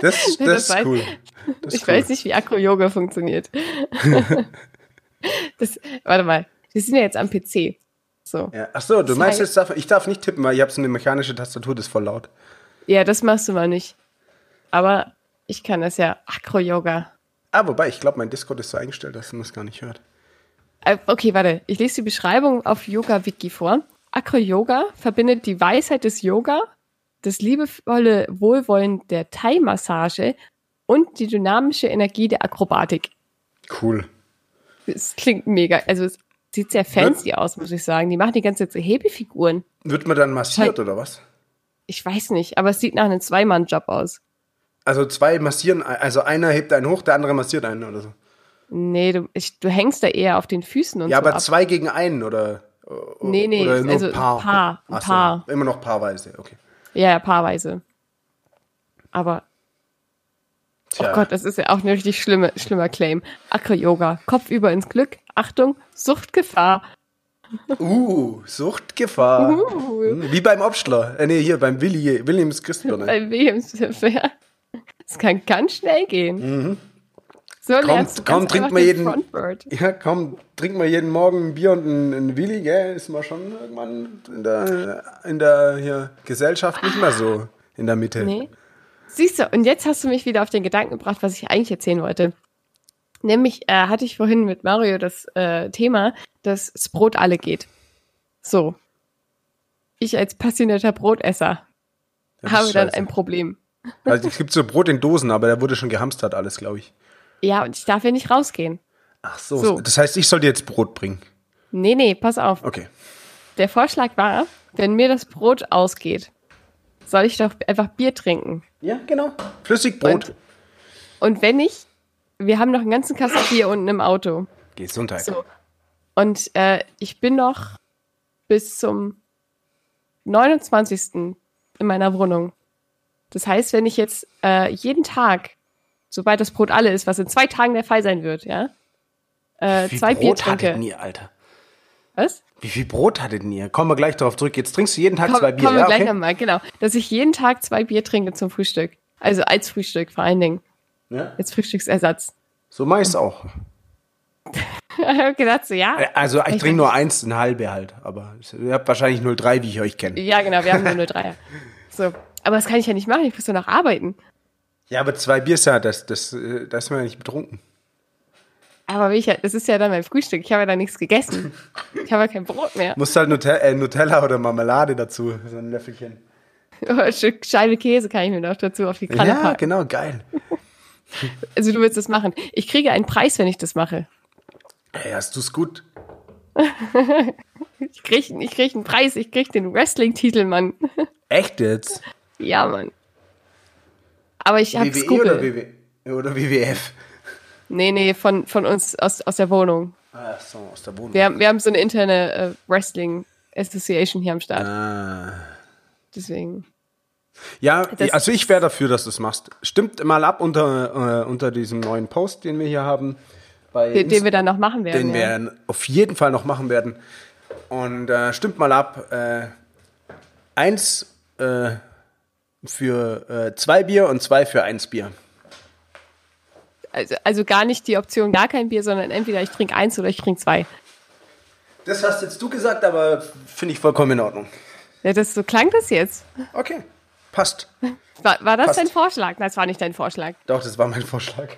Das, das,
das
ist
weiß-
cool. Das ist
Ich
cool.
weiß nicht, wie Akro-Yoga
[laughs]
funktioniert. das, warte mal, wir sind ja jetzt am PC. So. Ja.
Ja. Ach so, du
Das
meinst
heißt-
jetzt, darf, ich darf nicht tippen, weil ich habe so eine mechanische Tastatur, das ist voll laut.
das machst du mal nicht. Aber ich kann das ja. Akro-Yoga.
Ah, wobei, ich glaube, mein Discord ist so eingestellt, dass man das gar nicht hört.
Äh, Okay, warte. Ich lese die Beschreibung auf Yoga-Wiki vor. Acro-Yoga verbindet die Weisheit des Yoga, das liebevolle Wohlwollen der Thai-Massage und die dynamische Energie der Akrobatik.
Cool.
Es klingt mega. Also es sieht
Ne?
sehr fancy aus, muss ich sagen. Die machen die ganze Zeit so Hebefiguren.
Wird man dann massiert oder was?
Ich weiß nicht, aber es sieht nach einem Zweimann-Job aus.
Also zwei massieren, also einer hebt einen hoch, der andere massiert einen oder so.
Nee, du, ich, du hängst da eher auf den Füßen und
Ja,
so
aber
ab.
zwei gegen einen oder,
Nee, nee,
oder nur
also
ein Paar.
Paar, ein
Ach so,
Paar.
Immer noch paarweise, okay.
Ja, ja, paarweise. Aber,
Tja,
oh Gott, das ist ja auch ein richtig schlimme, schlimmer Claim. Acro-Yoga, Kopf über ins Glück, Achtung, Suchtgefahr.
Uh, Suchtgefahr.
Uh.
Hm, Wie beim Obstler. Äh, nee, hier beim Willi, Williams Christbirne.
Bei wem? Es kann ganz schnell gehen. So lernst du
kaum Mhm.
ganz
trinkt
einfach
man
den
jeden-
Frontword.
Ja, komm, trink mal jeden Morgen ein Bier und ein, ein Willi, gell? Ist man schon irgendwann in der, in der hier, Gesellschaft nicht mehr so in der Mitte.
Nee. Siehst du, und jetzt hast du mich wieder auf den Gedanken gebracht, was ich eigentlich erzählen wollte. Nämlich äh, hatte ich vorhin mit Mario das äh, Thema, dass das Brot alle geht. So. Ich als passionierter Brotesser
Das ist
habe dann
scheiße.
ein Problem.
Also, es gibt so Brot in Dosen, aber da wurde schon gehamstert alles, glaube ich.
Ja, und ich darf ja nicht rausgehen.
Ach so,
So.
das heißt, ich soll dir jetzt Brot bringen.
Nee, nee, pass auf.
Okay.
Der Vorschlag war, wenn mir das Brot ausgeht, soll ich doch einfach Bier trinken.
Ja, genau. Flüssigbrot.
Und, und wenn ich, wir haben noch einen ganzen Kasten Bier unten im Auto.
Gesundheit.
So. Und äh, ich bin noch bis zum 29. in meiner Wohnung. Das heißt, wenn ich jetzt äh, jeden Tag, sobald das Brot alle ist, was in zwei Tagen der Fall sein wird, ja, äh,
Wie
zwei Bier
Brot hattet
trinke.
ihr, Alter?
Was?
Wie viel Brot hattet ihr? Kommen wir gleich darauf zurück. Jetzt trinkst du jeden Tag
Komm,
zwei Bier.
kommen wir
ja,
gleich
okay.
nochmal, genau. Dass ich jeden Tag zwei Bier trinke zum Frühstück. Also als Frühstück vor allen Dingen.
ja.
Als Frühstücksersatz. [laughs]
So mache ich es auch.
ich hab gedacht, so, ja.
Also ich
Ich
trinke nur eins, eine halbe halt. Aber ihr habt wahrscheinlich 0,3, wie ich euch kenne.
Ja, genau, wir haben nur nur Dreier. So. Aber das kann ich ja nicht machen, ich muss ja noch arbeiten.
Ja, aber zwei Bier ist ja, das, das, äh, da ist man ja nicht betrunken.
Aber wie ich, ja- das ist ja dann mein Frühstück. Ich habe ja dann nichts gegessen. Ich habe ja kein Brot mehr. [laughs]
Musst halt Nutella, äh, Nutella oder Marmelade dazu, so ein Löffelchen.
Ein Stück Scheibe Käse kann ich mir noch dazu auf die Kralle
ja,
packen.
genau, geil.
Also du willst das machen. Ich kriege einen Preis, wenn ich das mache.
Hey, hast du's gut?
Ich kriege ich krieg einen Preis. Ich kriege den Wrestling-Titel, Mann. [laughs]
Echt jetzt?
Ja, Mann. Aber ich habe
WWE E oder,
Google.
WW, oder WWF?
Nee, nee, von, von uns aus, aus der Wohnung.
Ach Ah, so, aus der Wohnung.
Wir haben, wir haben so eine interne äh, Wrestling Association hier am Start.
ah.
Deswegen.
Ja,
Das-
also ich wäre dafür, dass du es machst. Stimmt mal ab unter, äh, unter diesem neuen Post, den wir hier haben. Bei
Den, den
Inst-
wir dann noch machen werden.
den
ja.
wir auf jeden Fall noch machen werden. Und äh, stimmt mal ab. Äh, eins äh, für äh, zwei Bier und zwei für eins Bier.
Also, also gar nicht die Option, gar kein Bier, sondern entweder ich trinke eins oder ich trinke zwei.
Das hast jetzt du gesagt, aber finde ich vollkommen in Ordnung.
Ja, das, so klang das jetzt.
Okay, passt.
War, war das
Passt.
dein Vorschlag? Nein, das war nicht dein Vorschlag.
Doch, das war mein
[laughs]
Vorschlag.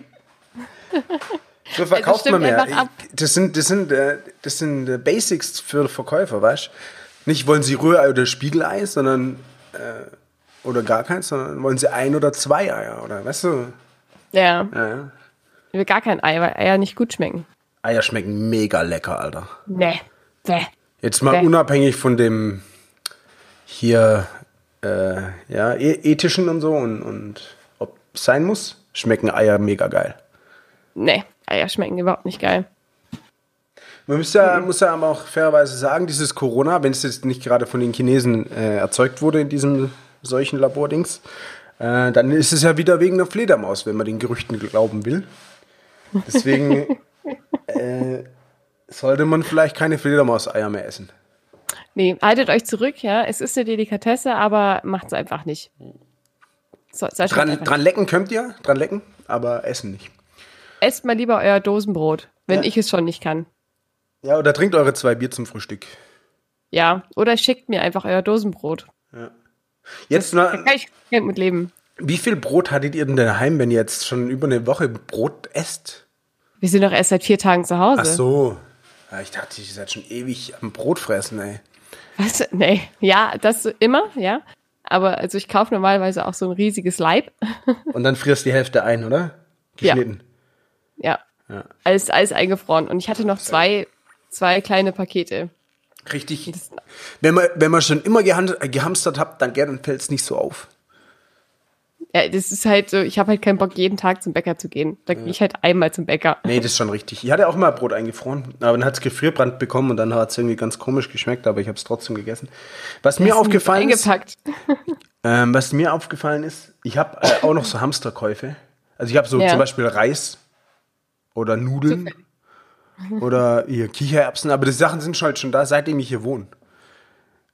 So verkauft
Also stimmt
man mehr.
einfach ab.
Das sind, das sind, äh, das sind äh, Basics für Verkäufer, weißt Nicht wollen sie Rührei oder Spiegelei, sondern äh, oder gar keins, sondern wollen sie ein oder zwei Eier, oder weißt du?
Ja,
Ja, ja.
ich will gar kein Ei, weil Eier nicht gut schmecken.
Eier schmecken mega lecker, Alter.
Nee, nee.
Jetzt mal
Okay.
unabhängig von dem hier äh, ja, e- ethischen und so und, und ob es sein muss, schmecken Eier mega geil.
Nee, Eier schmecken überhaupt nicht geil.
Man muss ja, muss ja aber auch fairerweise sagen, dieses Corona, wenn es jetzt nicht gerade von den Chinesen äh, erzeugt wurde in diesem solchen Labordings, äh, dann ist es ja wieder wegen der Fledermaus, wenn man den Gerüchten glauben will. Deswegen äh, sollte man vielleicht keine Fledermaus-Eier mehr essen.
Nee, haltet euch zurück, ja. Es ist eine Delikatesse, aber macht's einfach nicht. So, so
Dran,
einfach
dran lecken könnt ihr, dran lecken, aber essen nicht.
nicht. Esst mal lieber euer Dosenbrot, wenn
Ja.
ich es schon nicht kann.
Ja, oder trinkt eure zwei Bier zum Frühstück.
Ja, oder schickt mir einfach euer Dosenbrot.
Jetzt mal,
Da kann ich gut mit leben.
wie viel Brot hattet ihr denn daheim, wenn ihr jetzt schon über eine Woche Brot esst?
Wir sind doch erst seit vier Tagen zu Hause.
Ach so. Ja, ich dachte, ihr seid schon ewig am Brot fressen, ey.
Was? Nee. Ja, das so immer, ja. Aber also ich kaufe normalerweise auch so ein riesiges Leib.
Und dann frierst die Hälfte ein, oder?
Ja.
Geschnitten.
Ja.
Ja.
Alles, alles eingefroren. Und ich hatte noch zwei, zwei kleine Pakete.
Richtig. Wenn man, wenn man schon immer gehand- äh, gehamstert habt, dann gern fällt es nicht so auf.
Ja, das ist halt so, ich habe halt keinen Bock, jeden Tag zum Bäcker zu gehen. Da gehe ich halt einmal zum Bäcker.
Nee, das ist schon richtig. Ich hatte auch mal Brot eingefroren, aber dann hat es Gefrierbrand bekommen und dann hat es irgendwie ganz komisch geschmeckt, aber ich habe es trotzdem gegessen. Was mir aufgefallen ist,
Eingepackt.
Ähm, was mir aufgefallen ist, ich habe äh, auch noch so Hamsterkäufe. Also ich habe so
Ja.
zum Beispiel Reis oder Nudeln oder hier Kichererbsen, aber die Sachen sind schon halt schon da, seitdem ich hier wohne.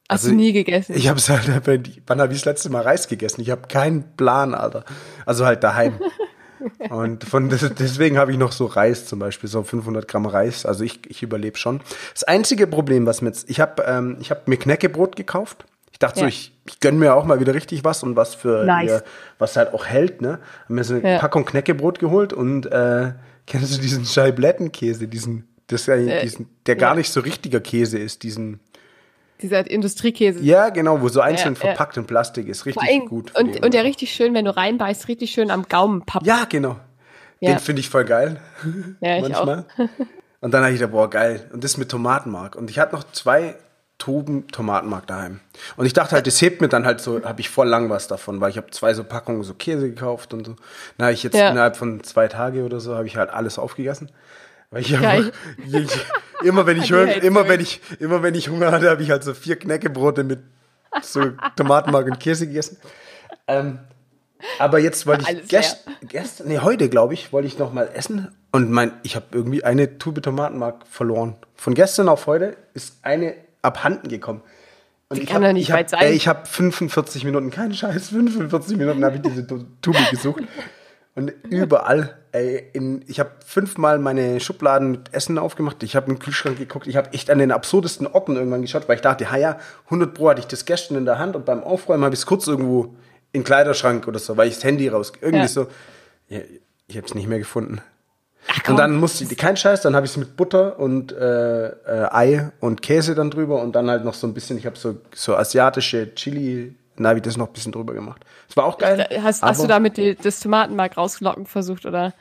Hast
also-
du nie gegessen.
Ich habe es halt, wann habe ich das letzte Mal Reis gegessen? Ich habe keinen Plan, Alter. Also halt
[laughs]
daheim. Und von, des- deswegen habe ich noch so Reis zum Beispiel, so 500 Gramm Reis. Also ich, ich überlebe schon. Das einzige Problem, was mir jetzt, ich habe ähm, ich hab mir Knäckebrot gekauft. Ich dachte so,
Ja.
ich, ich gönne mir auch mal wieder richtig was und was für,
Nice.
ihr- was halt auch hält, ne? Hab mir so eine
Ja.
Packung Knäckebrot geholt und äh, kennst du diesen Scheiblettenkäse, diesen, das, äh, diesen, der gar
ja.
nicht so richtiger Käse ist, diesen,
Dieser Industriekäse.
ja, genau, wo so einzeln
Ja, ja.
verpackt in Plastik ist.
Vor
Richtig
allem-
gut. für die
Und, und der
Umwelt.
richtig schön, wenn du reinbeißt, richtig schön am Gaumen pappt.
Ja, genau.
Ja.
Den finde ich voll geil.
Ja, ich
manchmal.
[laughs]
Und dann habe ich gedacht, boah, geil. Und das mit Tomatenmark. Und ich hatte noch zwei Tuben Tomatenmark daheim. Und ich dachte halt, das hebt mir dann halt so, habe ich voll lang was davon, weil ich habe zwei so Packungen so Käse gekauft und so. Na, ich jetzt
Ja.
innerhalb von zwei Tage oder so habe ich halt alles aufgegessen. Weil ich
Geil.
einfach, ich, immer wenn ich
Die halt
höre,
hält
immer
durch.
wenn ich, immer wenn ich Hunger hatte, habe ich halt so vier Knäckebrote mit so Tomatenmark und Käse gegessen. Ähm, aber jetzt wollte ich
Alles
gest gestern, nee, heute glaube ich, wollte ich noch mal essen und mein, ich habe irgendwie eine Tube Tomatenmark verloren. Von gestern auf heute ist eine abhanden gekommen. Und
Die kann doch nicht
ich hab,
weit sein.
Ey, ich habe 45 Minuten, kein Scheiß, 45 Minuten habe ich diese Tu- Tube gesucht. Und überall, ey, in, ich habe fünfmal meine Schubladen mit Essen aufgemacht. Ich habe im Kühlschrank geguckt. Ich habe echt an den absurdesten Orten irgendwann geschaut, weil ich dachte, ha ja, 100 Pro hatte ich das gestern in der Hand und beim Aufräumen habe ich es kurz irgendwo in den Kleiderschrank oder so, weil ich das Handy raus, irgendwie
Ja.
so. Ja, ich habe es nicht mehr gefunden.
komm.
und dann musste ich, kein Scheiß, dann habe ich es mit Butter und äh, äh, Ei und Käse dann drüber und dann halt noch so ein bisschen, ich habe so, so asiatische Chili, na, habe ich das noch ein bisschen drüber gemacht. Das war auch geil.
Da- Hast, hast du
aber-
damit die, das Tomatenmark rauslocken versucht, oder?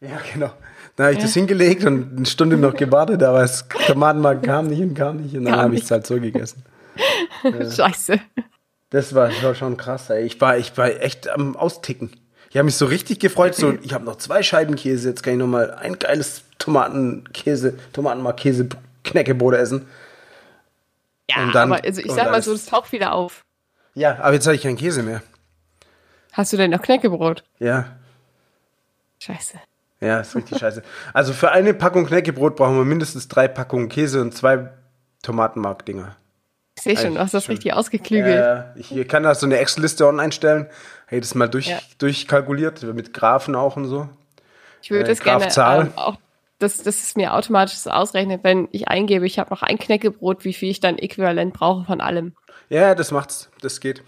Ja, genau. Dann habe ich das hingelegt und eine Stunde noch gewartet, aber das Tomatenmark kam nicht und kam nicht und dann
Kam
habe ich
nicht.
es halt so gegessen.
[laughs] Scheiße.
Das war, das war schon krass, ey. Ich war, ich war echt am Austicken. Ich habe mich so richtig gefreut. So, ich habe noch zwei Scheiben Käse. Jetzt kann ich noch mal ein geiles Tomatenkäse, Tomatenmark-Käse, Knäckebrot essen.
Ja,
Und dann-
aber also ich
und
sag mal
alles.
so, das taucht wieder auf.
Ja, aber jetzt habe ich keinen Käse mehr.
Hast du denn noch Knäckebrot?
Ja,
Scheiße.
ja, ist richtig scheiße. Also für eine Packung Knäckebrot brauchen wir mindestens drei Packungen Käse und zwei Tomatenmark-Dinger.
Ich sehe schon, du hast das
Schön.
richtig ausgeklügelt.
Ja, ich ich kann da so eine Excel-Liste online stellen. Hey, das mal durch,
Ja.
durchkalkuliert, mit Graphen auch und so.
ich würde
äh,
das
Graf
gerne
Zahl.
ähm, auch, dass, dass es mir automatisch so ausrechnet, wenn ich eingebe, ich habe noch ein Knäckebrot, wie viel ich dann äquivalent brauche von allem.
Ja, das macht's. Das geht.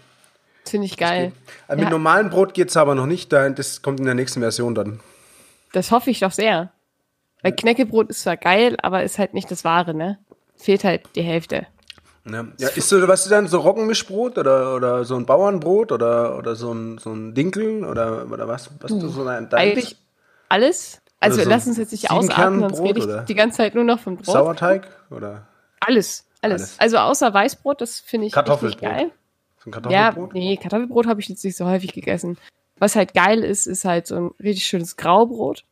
Das Finde ich geil.
Aber Mit
Ja.
normalem Brot geht's aber noch nicht. da- Das kommt in der nächsten Version dann.
Das hoffe ich doch sehr. Weil Knäckebrot ist zwar geil, aber ist halt nicht das Wahre, ne? Fehlt halt die Hälfte.
Ja. Ja, ist so, was ist dann so Roggenmischbrot oder, oder so ein Bauernbrot oder, oder so, ein, so ein Dinkel oder, oder was? Was du so dein, dein
Eigentlich alles. Also
Oder so
lass uns jetzt nicht ausatmen, sonst
Siebenkernbrot,
rede ich
oder?
die ganze Zeit nur noch vom Brot.
Sauerteig oder
Alles, alles.
Alles.
Also außer Weißbrot, das finde ich richtig
Kartoffelbrot?
geil.
So ein
Ja,
Kartoffelbrot?
nee, Kartoffelbrot habe ich jetzt nicht so häufig gegessen. Was halt geil ist, ist halt so ein richtig schönes Graubrot.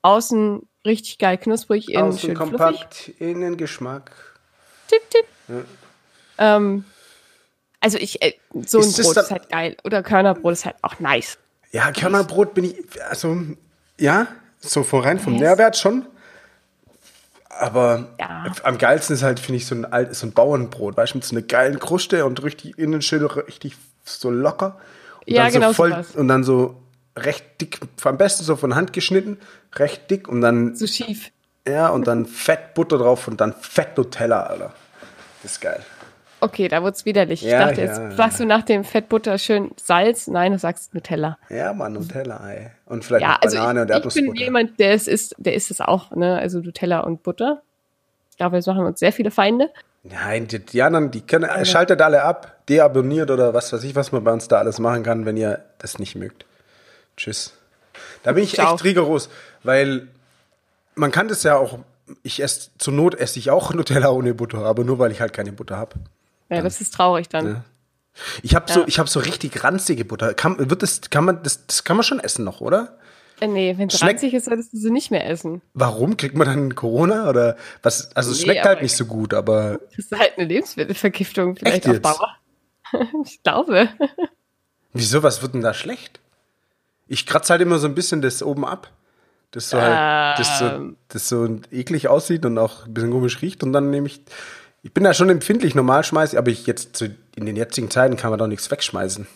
Außen richtig geil knusprig, innen
Außen
schön fluffig.
kompakt, innen Geschmack.
Tipp, tipp. Ähm, also ich, äh, so ein
Ist das
Brot
dann-
ist halt geil. Oder Körnerbrot ist halt auch nice.
Ja, Körnerbrot bin ich, also, ja, so vorein vom
Yes.
Nährwert schon. Aber
Ja.
am geilsten ist halt, finde ich, so ein, alt, so ein Bauernbrot, weißt du, mit so einer geilen Kruste und richtig innen schön richtig so locker. Und
Ja,
dann
genau
so voll,
sowas.
Und dann so recht dick, am besten so von Hand geschnitten, recht dick und dann,
So schief.
ja, und dann fett Butter drauf und dann fett Nutella, Alter. Das ist geil.
Okay, da wird's widerlich.
Ja,
ich dachte, jetzt
ja, ja.
sagst du nach dem Fettbutter schön Salz. Nein, du sagst Nutella.
Ja, Mann, Nutella, ey. Und vielleicht
Ja,
noch
also
Halt Banane und
ich, ich bin
Erdnussbutter.
jemand, der es isst, der isst es auch, ne? Also Nutella und Butter. Ich glaube, jetzt machen wir uns sehr viele Feinde.
Nein, die, die anderen, die können, äh, schaltet alle ab, deabonniert oder was weiß ich, was man bei uns da alles machen kann, wenn ihr das nicht mögt. Tschüss. Da bin ich
Ciao.
echt rigoros, weil man kann das ja auch, ich esse, zur Not esse ich auch [laughs] Nutella ohne Butter, aber nur, weil ich halt keine Butter habe.
Ja, das ist traurig dann.
Ja. Ich habe so,
Ja.
ich hab so richtig ranzige Butter. Kann, wird das, kann man, das, das kann man schon essen noch, oder?
Äh, nee, wenn es
Schmeckt-
ranzig ist, solltest du sie nicht mehr essen.
Warum? Kriegt man dann Corona oder was? Also es
Nee,
schmeckt
aber-
halt nicht so gut, aber
Das ist halt eine Lebensmittelvergiftung, vielleicht
Echt
auf Dauer. [laughs] ich glaube.
wieso, was wird denn da schlecht? Ich kratze halt immer so ein bisschen das oben ab. Das so, halt, das so,
Ähm.
das so eklig aussieht und auch ein bisschen komisch riecht und dann nehme ich, ich bin da schon empfindlich, normal schmeiße ich, aber ich jetzt zu, in den jetzigen Zeiten kann man doch nichts wegschmeißen.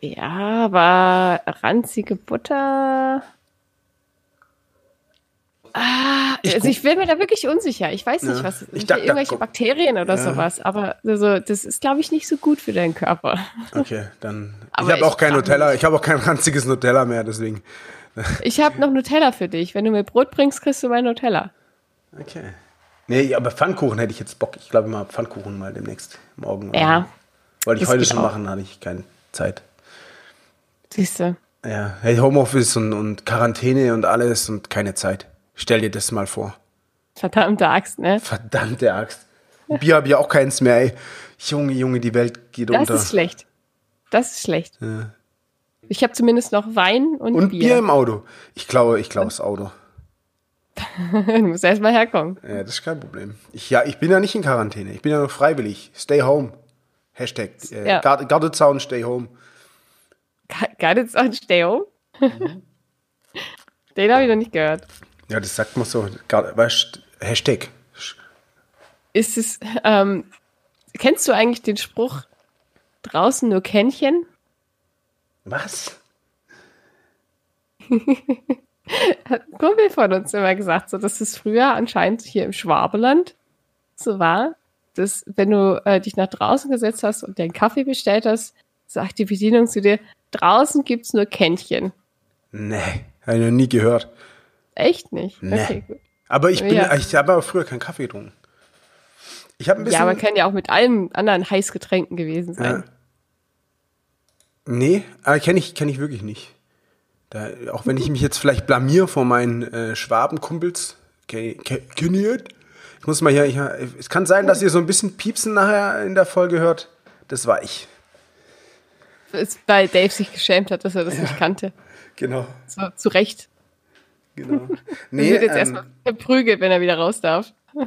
Ja, aber ranzige Butter. Ah, also
guck-
ich bin mir da wirklich unsicher. Ich weiß nicht,
Ja.
was.
Ich dachte-
irgendwelche
guck-
Bakterien oder
Ja.
sowas. Aber also, das ist, glaube ich, nicht so gut für deinen Körper.
Okay, dann.
Aber
ich habe
ich
auch kein
sag
Nutella,
nicht.
ich habe auch kein ranziges Nutella mehr, deswegen.
Ich habe noch Nutella für dich. Wenn du mir Brot bringst, kriegst du mein Nutella.
Okay. Nee, aber Pfannkuchen hätte ich jetzt Bock. Ich glaube, mal Pfannkuchen mal demnächst morgen.
Ja.
Wollte ich
das
heute
geht
schon
auch.
machen, hatte ich keine Zeit.
Siehst du?
Ja, hey, Homeoffice und, und Quarantäne und alles und keine Zeit. Stell dir das mal vor.
Verdammte Axt, ne?
Verdammte Axt. Ein Bier habe ich auch keins mehr, ey. Junge, Junge, die Welt geht
Das
unter.
ist schlecht. Das ist schlecht. Ich habe zumindest noch Wein und,
und Bier.
Bier.
im Auto. Ich glaube, ich glaube das Auto.
[laughs] du musst erst mal herkommen.
Ja, das ist kein Problem. Ich, ja, ich bin ja nicht in Quarantäne. Ich bin ja nur freiwillig. Stay home. Hashtag. Äh,
Ja.
Gar- Gardezaun, stay home.
Ge- Guided on Stay Home. [laughs] Den habe ich noch nicht gehört.
Ja, das sagt man so. Gar- Weißt, Hashtag.
Ist es, ähm, kennst du eigentlich den Spruch, draußen nur Kännchen?
Was?
Ein Kumpel von uns immer gesagt, so, dass es früher anscheinend hier im Schwabeland so war, dass wenn du äh, dich nach draußen gesetzt hast und dir einen Kaffee bestellt hast, sagt die Bedienung zu dir, draußen gibt's nur Kännchen.
Nee, habe ich noch nie gehört.
Echt nicht?
Nee.
Okay, gut.
Aber ich bin,
Ja.
ich habe aber früher keinen Kaffee getrunken. Ich habe ein bisschen.
Ja, aber kann ja auch mit allen anderen Heißgetränken gewesen
Ja.
sein.
Nee, aber kenne ich, kenn ich wirklich nicht. Da, auch wenn ich mich jetzt vielleicht blamier vor meinen äh, Schwabenkumpels. Kennt ihr? das? Ich muss mal hier, ich, es kann sein, dass ihr so ein bisschen Piepsen nachher in der Folge hört. Das war ich.
Ist, weil Dave sich geschämt hat, dass er das nicht kannte.
Genau,
So, zu Recht. [laughs]
genau.
Nee,
Nee,
wird jetzt
ähm,
erstmal verprügelt, wenn er wieder raus darf.
ja,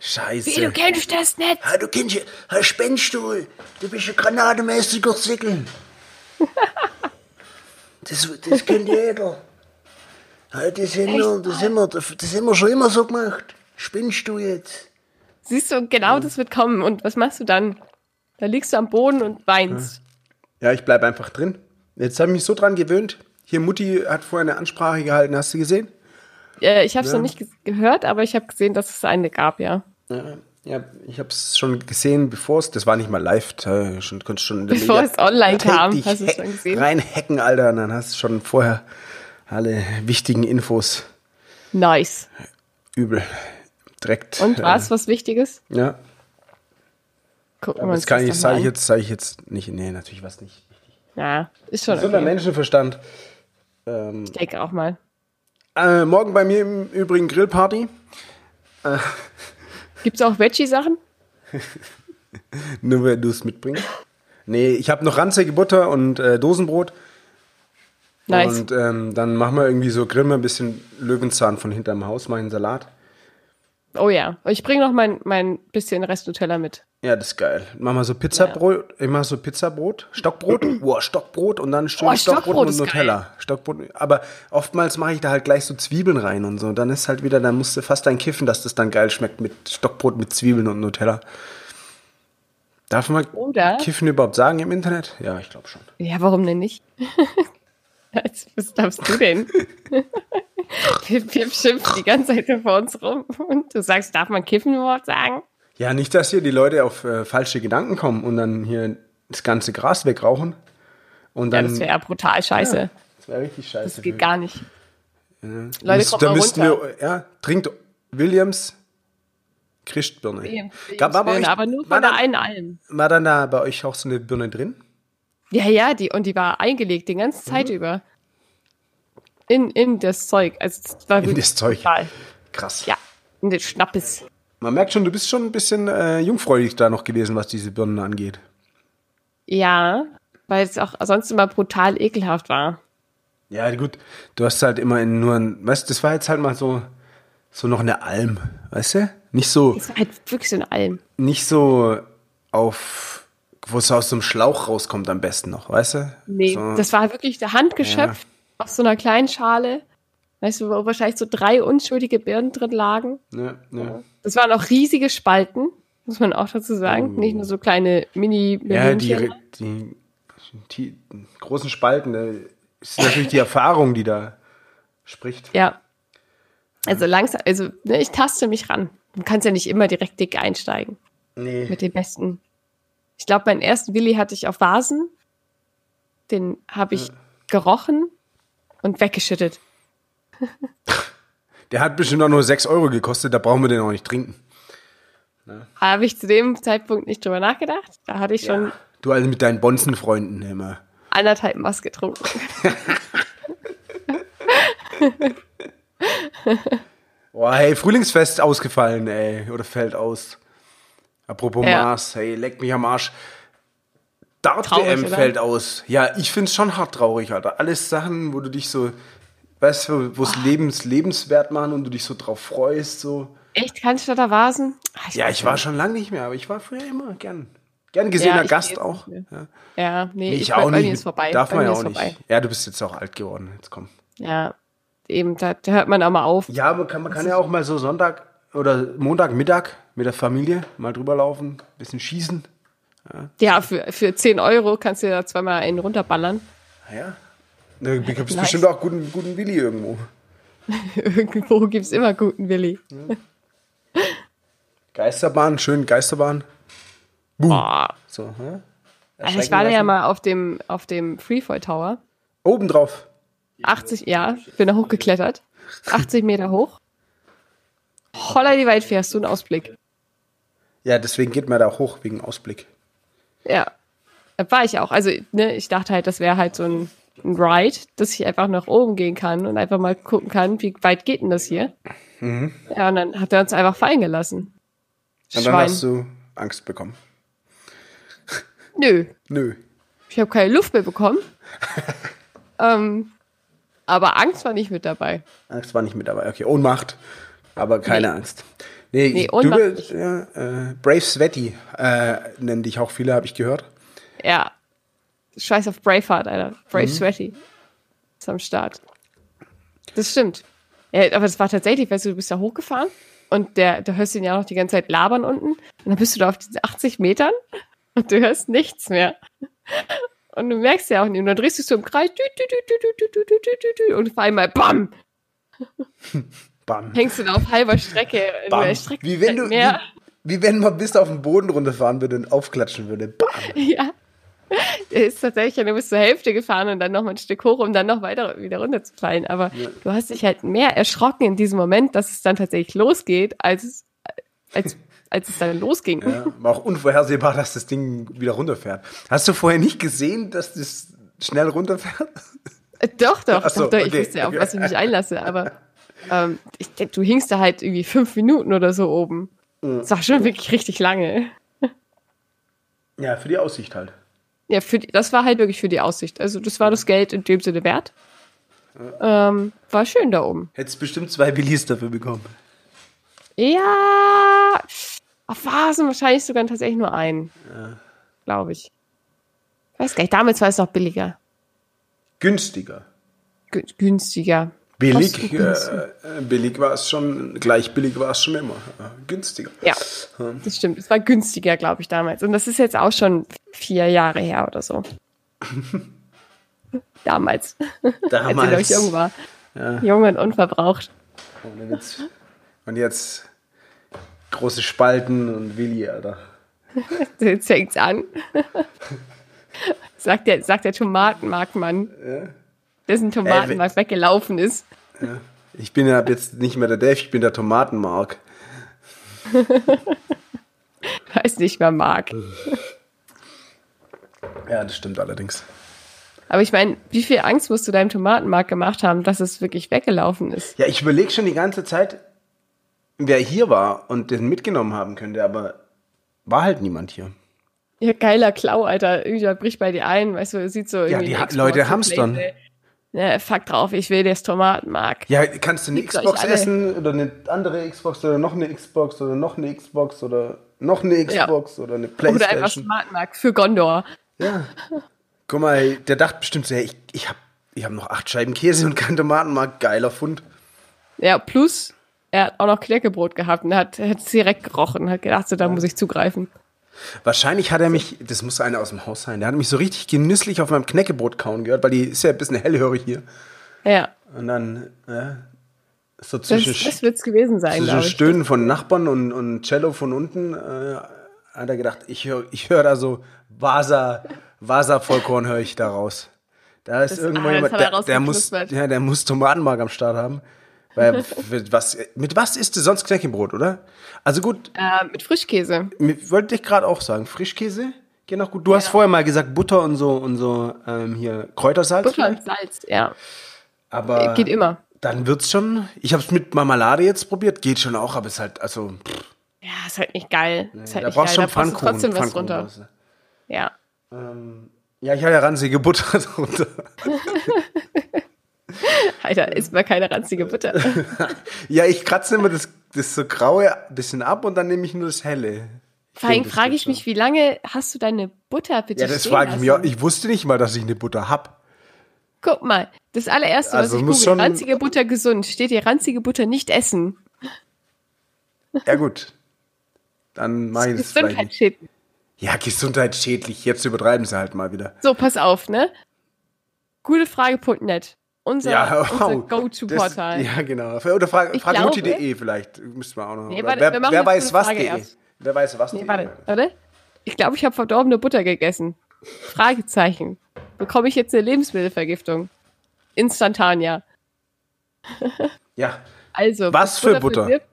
scheiße.
Wie, du kennst das nicht?
Ah, du Kindchen, Herr Spenstuhl, du bist eine Granate, mäßig durch
[laughs]
Sickeln. Das, das kennt jeder. Ah, Das sind, wir, das, sind wir, das haben wir schon immer so gemacht. Spinnst du jetzt?
Siehst du, genau das wird kommen. Und was machst du dann? Da liegst du am Boden und weinst.
Ja, ich bleib einfach drin. Jetzt habe ich mich so dran gewöhnt. Hier, Mutti hat vorher eine Ansprache gehalten, hast du gesehen?
Äh, ich habe es noch nicht ge gehört, aber ich habe gesehen, dass es eine gab, ja.
Ja, ja ich habe es schon gesehen, bevor es, das war nicht mal live, da schon, konntest schon in der
Bevor es online
Take
kam,
dich
hast du es
hack-
dann gesehen?
Reinhacken, Alter, und dann hast du schon vorher alle wichtigen Infos.
Nice.
Übel. Direkt.
Und war es was Wichtiges?
Äh, ja.
Gucken
Aber
wir
das
uns
kann
das
ich,
doch
sage
mal
ich
an.
jetzt, sage ich jetzt nicht. Nee, natürlich was nicht.
Ja, ist schon
Gesunder
okay.
Menschenverstand.
Ich denke auch mal.
Äh, morgen bei mir im Übrigen Grillparty.
Gibt's auch Veggie-Sachen?
Nur wenn du es mitbringst. Nee, ich habe noch ranzige Butter und äh, Dosenbrot.
Nice.
Und ähm, dann machen wir irgendwie so, grillen wir ein bisschen Löwenzahn von hinterm Haus, mal einen Salat.
Oh ja. Und ich bringe noch mein, mein bisschen Rest Nutella mit.
Ja, das ist geil. Machen wir so Pizzabrot, ich mache so Pizzabrot,
[clears throat]
Stockbrot, boah, Stockbrot und dann schön
Oh,
Stockbrot,
Stockbrot
und
ist
Nutella. Stockbrot, aber oftmals mache ich da halt gleich so Zwiebeln rein und so. Dann ist halt wieder, dann musst du fast ein Kiffen, dass das dann geil schmeckt mit Stockbrot mit Zwiebeln und Nutella. Darf man
Oder-
Kiffen überhaupt sagen im Internet? Ja, ich glaube schon.
Ja, warum denn nicht? [laughs] Als- Was glaubst du [laughs] denn? Pip, Pip schimpft die ganze Zeit hier vor uns rum und du sagst, darf man Kiffen überhaupt sagen?
Ja, nicht, dass hier die Leute auf äh, falsche Gedanken kommen und dann hier das ganze Gras wegrauchen. Und
Ja,
dann,
das wäre ja brutal scheiße.
das wäre richtig scheiße.
Das geht gar nicht.
Müsst-
Leute, kommt
da
mal
müssten
runter.
wir, ja, trinkt Williams Christbirne. Gab- war bei
Birne,
euch-
aber nur
war
von der
dann-
einen Alm.
War dann da bei euch auch so eine Birne drin?
Ja, ja, die, und die war eingelegt, die ganze Zeit
Mhm.
über. In, in das Zeug. Also, das war
In das Zeug.
Total.
Krass.
Ja, in den Schnappes.
Man merkt schon, du bist schon ein bisschen äh, jungfräulich da noch gewesen, was diese Birnen angeht.
Ja, weil es auch sonst immer brutal ekelhaft war.
Ja, gut. Du hast halt immer in nur ein, weißt du, das war jetzt halt mal so, so noch eine Alm, weißt du? Nicht so,
Es war halt wirklich so in allem.
nicht so auf, wo es aus dem Schlauch rauskommt am besten noch, weißt du?
Nee,
so,
das war wirklich der Hand geschöpft aus so einer kleinen Schale. Weißt du, wo wahrscheinlich so drei unschuldige Birnen drin lagen.
ja, ja.
Das waren auch riesige Spalten, muss man auch dazu sagen. Nicht nur so kleine mini
Oh. ja die, die, die großen Spalten, da ist natürlich die Erfahrung, die da spricht.
ja. Also langsam, also ne, ich taste mich ran. Du kannst ja nicht immer direkt dick einsteigen
Nee.
mit den besten. Ich glaube, meinen ersten Willi hatte ich auf Vasen. Den habe ich gerochen und weggeschüttet.
Der hat bestimmt auch nur 6 Euro gekostet, da brauchen wir den auch nicht trinken.
Habe ich zu dem Zeitpunkt nicht drüber nachgedacht. Da hatte ich schon
Du also mit deinen Bonzenfreunden immer.
anderthalb Maß getrunken.
Boah, hey, Frühlingsfest ausgefallen, ey. Oder fällt aus. Apropos
Ja.
Mars, hey, leck mich am Arsch. Dart
Traurig,
WM
oder?
fällt aus. Ja, ich find's schon hart traurig, Alter. Alles Sachen, wo du dich so, weißt du, wo es
Ah.
lebens, lebenswert machen und du dich so drauf freust, so.
Echt Cannstatter Vasen? Ah,
Ja,
weiß
ich war schon lange nicht mehr, aber ich war früher immer gern. Gern gesehener
ich
Gast
jetzt
auch.
nicht
Ja.
Ja, nee,
Nee,
ich,
ich
bei-
auch
bei
nicht.
mir ist vorbei.
Darf
bei
man
mir
ja
ist
auch nicht.
vorbei.
Ja, du bist jetzt auch alt geworden. Jetzt komm.
Ja, eben, da, da hört man auch mal auf.
Ja, man kann, man kann ja auch mal so Sonntag oder Montagmittag mit der Familie mal drüber laufen, bisschen schießen.
Ja, für, für 10 Euro kannst du ja zweimal einen runterballern.
Ah Ja. Da gibt es
Nice.
bestimmt auch guten, guten Willi irgendwo.
Irgendwo gibt's immer guten Willi.
Geisterbahn, schön Geisterbahn.
Boah.
So, hä?
Also ich war da ja mal auf dem, auf dem Freefall Tower.
Oben drauf.
80, ja, bin da hochgeklettert. 80 Meter hoch. Holla die weit fährst du einen Ausblick.
Ja, deswegen geht man da hoch wegen Ausblick.
Ja, da war ich auch. Also ne, ich dachte halt, das wäre halt so ein, ein Ride, dass ich einfach nach oben gehen kann und einfach mal gucken kann, wie weit geht denn das hier? Ja, und dann hat er uns einfach fallen gelassen.
Mhm. Und dann
Schwein.
hast du Angst bekommen.
Nö,
Nö.
ich habe keine Luft
[laughs]
mehr bekommen. ähm, aber Angst war nicht mit dabei.
Angst war nicht mit dabei. Okay, Ohnmacht, aber keine
Nee.
Angst. Nee,
Nee,
du
Ohnmacht
bist, ja, äh, Brave Sweaty, äh, nennen dich auch viele, habe ich gehört.
Ja. Scheiß auf Braveheart, Alter. Brave
Mhm.
Sweaty. Ist am Start. Das stimmt. Ja, aber das war tatsächlich, weißt du, du bist da hochgefahren und der, du hörst ihn ja noch die ganze Zeit labern unten. Und dann bist du da auf diesen 80 Metern und du hörst nichts mehr. Und du merkst ja auch nicht. Und dann drehst du dich so im Kreis. Tü, tü, tü, tü, tü, tü, tü, tü, tü, tü, und auf einmal, bam,
Bam.
hängst du da auf halber Strecke. in
Bam.
der Strecke-
Wie wenn du, wie,
Ja.
wie wenn man bis auf den Boden runterfahren würde und aufklatschen würde. Bam.
Ja. Er ist tatsächlich ja nur bis zur Hälfte gefahren und dann noch mal ein Stück hoch, um dann noch weiter wieder runterzufallen. Aber du hast dich halt mehr erschrocken in diesem Moment, dass es dann tatsächlich losgeht, als es,
[laughs]
als, als es dann losging.
Ja, war auch unvorhersehbar, dass das Ding wieder runterfährt. Hast du vorher nicht gesehen, dass das schnell runterfährt?
Äh, Doch, doch,
Ach so,
doch, doch. Ich
okay,
wusste ja, auf
okay.
was ich mich einlasse.
[laughs]
Aber ähm, ich, denk, du hingst da halt irgendwie fünf Minuten oder so oben. Das war schon wirklich richtig lange.
Ja, für die Aussicht halt.
Ja, für die, das war halt wirklich für die Aussicht. Also das war das Geld in dem Sinne wert. Ähm, war schön da oben.
Hättest bestimmt zwei Willis dafür bekommen.
Ja, auf Vasen wahrscheinlich sogar tatsächlich nur einen. Glaube ich. Weiß gar nicht, damals war es noch billiger.
Günstiger.
Gü- Günstiger.
Billig,
Kostengünstiger.
äh, äh, billig war es schon, gleich billig war es schon immer. Äh, günstiger.
Ja, das stimmt. Es war günstiger, glaube ich, damals. Und das ist jetzt auch schon vier Jahre her oder
[laughs]
so. damals, als ich noch jung war. Jung und unverbraucht.
Ohne Witz. Und jetzt große Spalten und Willi, Alter.
Jetzt
[laughs]
fängt's an. sagt, der, sagt der Tomatenmarktmann, dessen Tomatenmarkt weggelaufen ist.
Ich bin ja ab jetzt nicht mehr der Dave, ich bin der Tomatenmark.
[laughs] Weiß nicht mehr mag.
Ja, das stimmt allerdings.
Aber ich meine, wie viel Angst musst du deinem Tomatenmark gemacht haben, dass es wirklich weggelaufen ist?
Ja, ich überlege schon die ganze Zeit, wer hier war und den mitgenommen haben könnte, aber war halt niemand hier.
Ja, geiler Klau, Alter. Irgendwer bricht bei dir ein, weißt du, sieht so
Ja,
irgendwie.
die
ein
ha
Xbox
Leute
und
hamstern.
Playboy. Ja, fuck drauf, ich will das Tomatenmark.
Ja, kannst du eine
Fickt euch
Xbox
alle.
essen oder eine andere Xbox oder noch eine Xbox oder noch eine Xbox oder noch eine
Ja.
Xbox oder eine
Oder einfach
Playstation?
Tomatenmark für Gondor.
ja. Guck mal, ey, der dachte bestimmt so, hey, ich, ich habe ich hab noch acht Scheiben Käse und keinen Tomatenmark. Geiler Fund.
Ja, plus er hat auch noch Knäckebrot gehabt und hat es direkt gerochen, hat gedacht, so, da muss ich zugreifen.
Wahrscheinlich hat er mich, das muss einer aus dem Haus sein, der hat mich so richtig genüsslich auf meinem Knäckebrot kauen gehört, weil die ist ja ein bisschen hellhörig hier.
Ja,
Und dann, äh, so
das,
zwischen,
das wird es gewesen sein,
zwischen
glaube ich.
Stöhnen von Nachbarn und, und Cello von unten, äh, hat er gedacht, ich höre ich hör da so Vasa, Vasa-Vollkorn höre ich da raus. Da ist
Das-
irgendwo
ah, das
jemand,
hat er
der, der, muss,
rausgeknuspert.
ja, der muss Tomatenmark am Start haben.
[laughs]
Weil, mit was, mit was isst du sonst Knäckebrot, oder? Also gut,
Äh, mit Frischkäse.
mir- wollte ich gerade auch sagen, Frischkäse geht auch gut. Du hast vorher mal gesagt Butter und so und so ähm, hier Kräutersalz.
Butter
vielleicht.
und Salz, ja.
Aber
Geht immer.
Dann wird's schon. Ich habe es mit Marmelade jetzt probiert, geht schon auch, aber ist halt also pff,
Ja, ist halt nicht geil. ist halt
da
nicht
brauchst du
geil.
schon
da passt
Pfannkuchen.
trotzdem was
Pfannkuchen
runter.
brauchst du.
Ja.
Ja, ich habe ja ranzige Butter [laughs] drunter.
Alter, isst mal keine
Äh,
ranzige Butter.
[laughs] ja, ich kratze immer das, das so graue bisschen ab und dann nehme ich nur das helle.
Vor allem
denke, das
frage
geht
ich mich, wie lange hast du deine Butter bitte
Ja, das
stehen
frage ich mich auch.
lassen?
Ich wusste nicht mal, dass ich eine Butter hab.
Guck mal, das allererste,
Also
was ich
muss
google,
schon-
ranzige Butter gesund, steht hier ranzige Butter nicht essen.
Ja, gut. Dann
[laughs]
mache ich das vielleicht nicht.
Gesundheitsschäden.
Ja, gesundheitsschädlich. Jetzt übertreiben sie halt mal wieder.
So, pass auf, ne? Gutefrage.net. Unser,
Ja, [laughs] wow.
unser Go-To-Portal.
Das- Ja, genau. Oder frag,
Ich
fragmutti.de vielleicht. Müsste man auch noch.
Nee,
oder
warte, wir
wer,
machen
wer
jetzt
weiß
eine
was?
Frage
.de.
erst.
Wer weiß was? E
Nee,
.de.
warte, oder? Ich glaube, ich habe verdorbene Butter gegessen. Fragezeichen. Bekomme ich jetzt eine Lebensmittelvergiftung? Instantanea.
Ja.
Also.
Was
ist
für Butter?
verdirbt?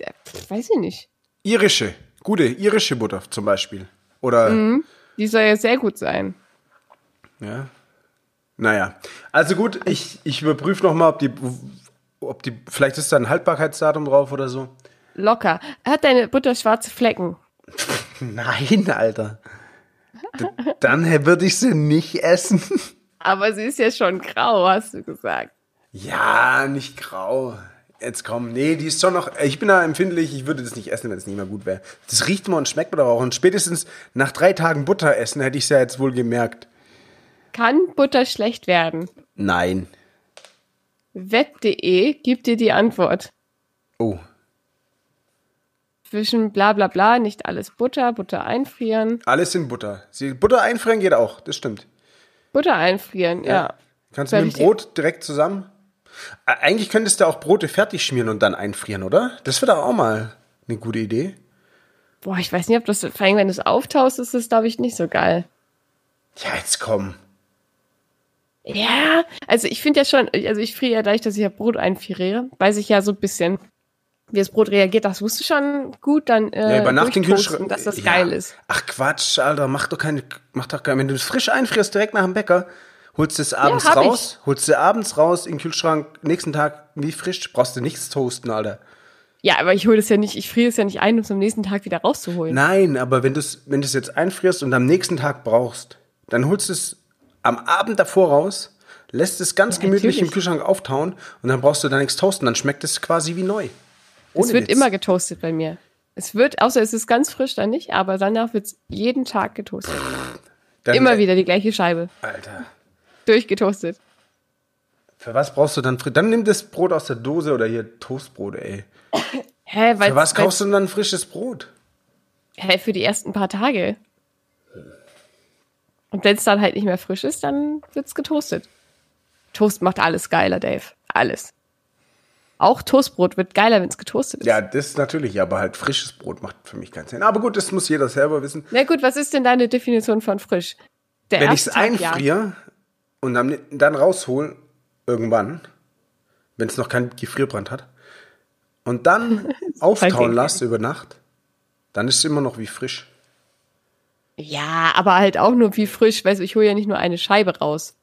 Äh, pf, Weiß ich nicht.
Irische. Gute irische Butter zum Beispiel. Oder,
Mhm. Die soll ja sehr gut sein.
ja. Naja. Also gut, ich, ich überprüfe nochmal, ob die, ob die, vielleicht ist da ein Haltbarkeitsdatum drauf oder so.
Locker. Hat deine Butter schwarze Flecken?
Nein, Alter. D dann würde ich sie nicht essen.
Aber sie ist ja schon grau, hast du gesagt.
Ja, nicht grau. Jetzt komm, nee, die ist schon noch. äh, Ich bin da empfindlich, ich würde das nicht essen, wenn es nicht mehr gut wäre. Das riecht man und schmeckt man doch auch. Und spätestens nach drei Tagen Butter essen, hätte ich es ja jetzt wohl gemerkt.
Kann Butter schlecht werden?
Nein.
Web.de gibt dir die Antwort.
Oh.
Zwischen bla bla bla, nicht alles Butter, Butter einfrieren.
Alles in Butter. Sie, Butter einfrieren geht auch, das stimmt.
Butter einfrieren, ja.
Kannst
Soll
du mit
ich
dem
die-
Brot direkt zusammen. Ä- Eigentlich könntest du auch Brote fertig schmieren und dann einfrieren, oder? Das wäre doch auch mal eine gute Idee.
Boah, ich weiß nicht, ob das, vor allem wenn du es auftaust, ist das, glaube ich, nicht so geil.
Ja, jetzt komm.
Ja, also ich finde ja schon, also ich friere ja dadurch, dass ich ja Brot einfriere, weiß ich ja so ein bisschen, wie das Brot reagiert. Das wusste ich schon gut, dann äh,
Ja, über Nacht den
durchtoasten,
Kühlschrank.
dass das
Ja.
geil ist.
Ach Quatsch, Alter, mach doch keine, mach doch keine. Wenn du es frisch einfrierst, direkt nach dem Bäcker, holst du es abends
hab
raus, holst du abends raus in den Kühlschrank, nächsten Tag wie frisch, brauchst du nichts toasten, Alter.
Ja, aber ich hole es ja nicht, ich friere es ja nicht ein, um es am nächsten Tag wieder rauszuholen.
Nein, aber wenn du es wenn du es jetzt einfrierst und am nächsten Tag brauchst, dann holst du es am Abend davor raus, lässt es ganz gemütlich im
natürlich.
Kühlschrank auftauen und dann brauchst du da nichts toasten, dann schmeckt es quasi wie neu.
es
Ohne
wird
Witz.
immer getoastet bei mir. Es wird, außer es ist ganz frisch dann nicht, aber danach wird es jeden Tag getoastet.
Dann- äh,
Immer wieder die gleiche Scheibe.
Alter.
Durchgetoastet.
Für was brauchst du dann frisch? Dann nimm das Brot aus der Dose oder hier Toastbrot, ey.
Hä, weil
Für was kaufst du denn dann frisches Brot?
Hä, für die ersten paar Tage. Und wenn es dann halt nicht mehr frisch ist, dann wird's getoastet. Toast macht alles geiler, Dave. Alles. Auch Toastbrot wird geiler, wenn's getoastet ist.
Ja, das natürlich, aber halt frisches Brot macht für mich keinen Sinn. Aber gut, das muss jeder selber wissen.
Na gut, was ist denn deine Definition von frisch? Der
Wenn ich es
erste Tag, ja.
einfriere und dann, dann raushole, irgendwann, wenn es noch keinen Gefrierbrand hat, und
[laughs]
dann auftauen
Falking.
lässt über Nacht, dann ist es immer noch wie frisch.
Ja, aber halt auch nur wie frisch, weißt du, ich hole ja nicht nur eine Scheibe raus.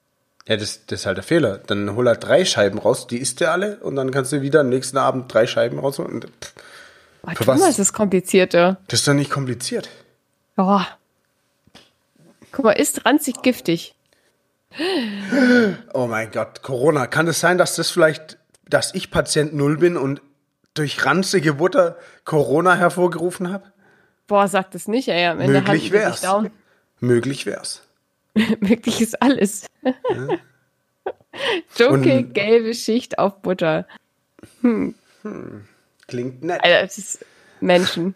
Ja, das, das ist halt der Fehler. Dann hol er drei Scheiben raus, die isst er alle und dann kannst du wieder am nächsten Abend drei Scheiben rausholen. Und pff,
Oh,
Für was?
Thomas ist komplizierter.
Das ist doch nicht kompliziert.
Ja. Guck mal, ist ranzig giftig.
Oh mein Gott, Corona. Kann es sein, dass das vielleicht, dass ich Patient Null bin und durch ranzige Butter Corona hervorgerufen habe?
Boah, sagt es nicht, ey. Am Ende
Möglich
halten die sich
wär's.
Daumen. [laughs]
Möglich wär's.
Möglich ist alles. Dunkelgelbe Schicht auf Butter.
Klingt nett.
Alter, das ist Menschen.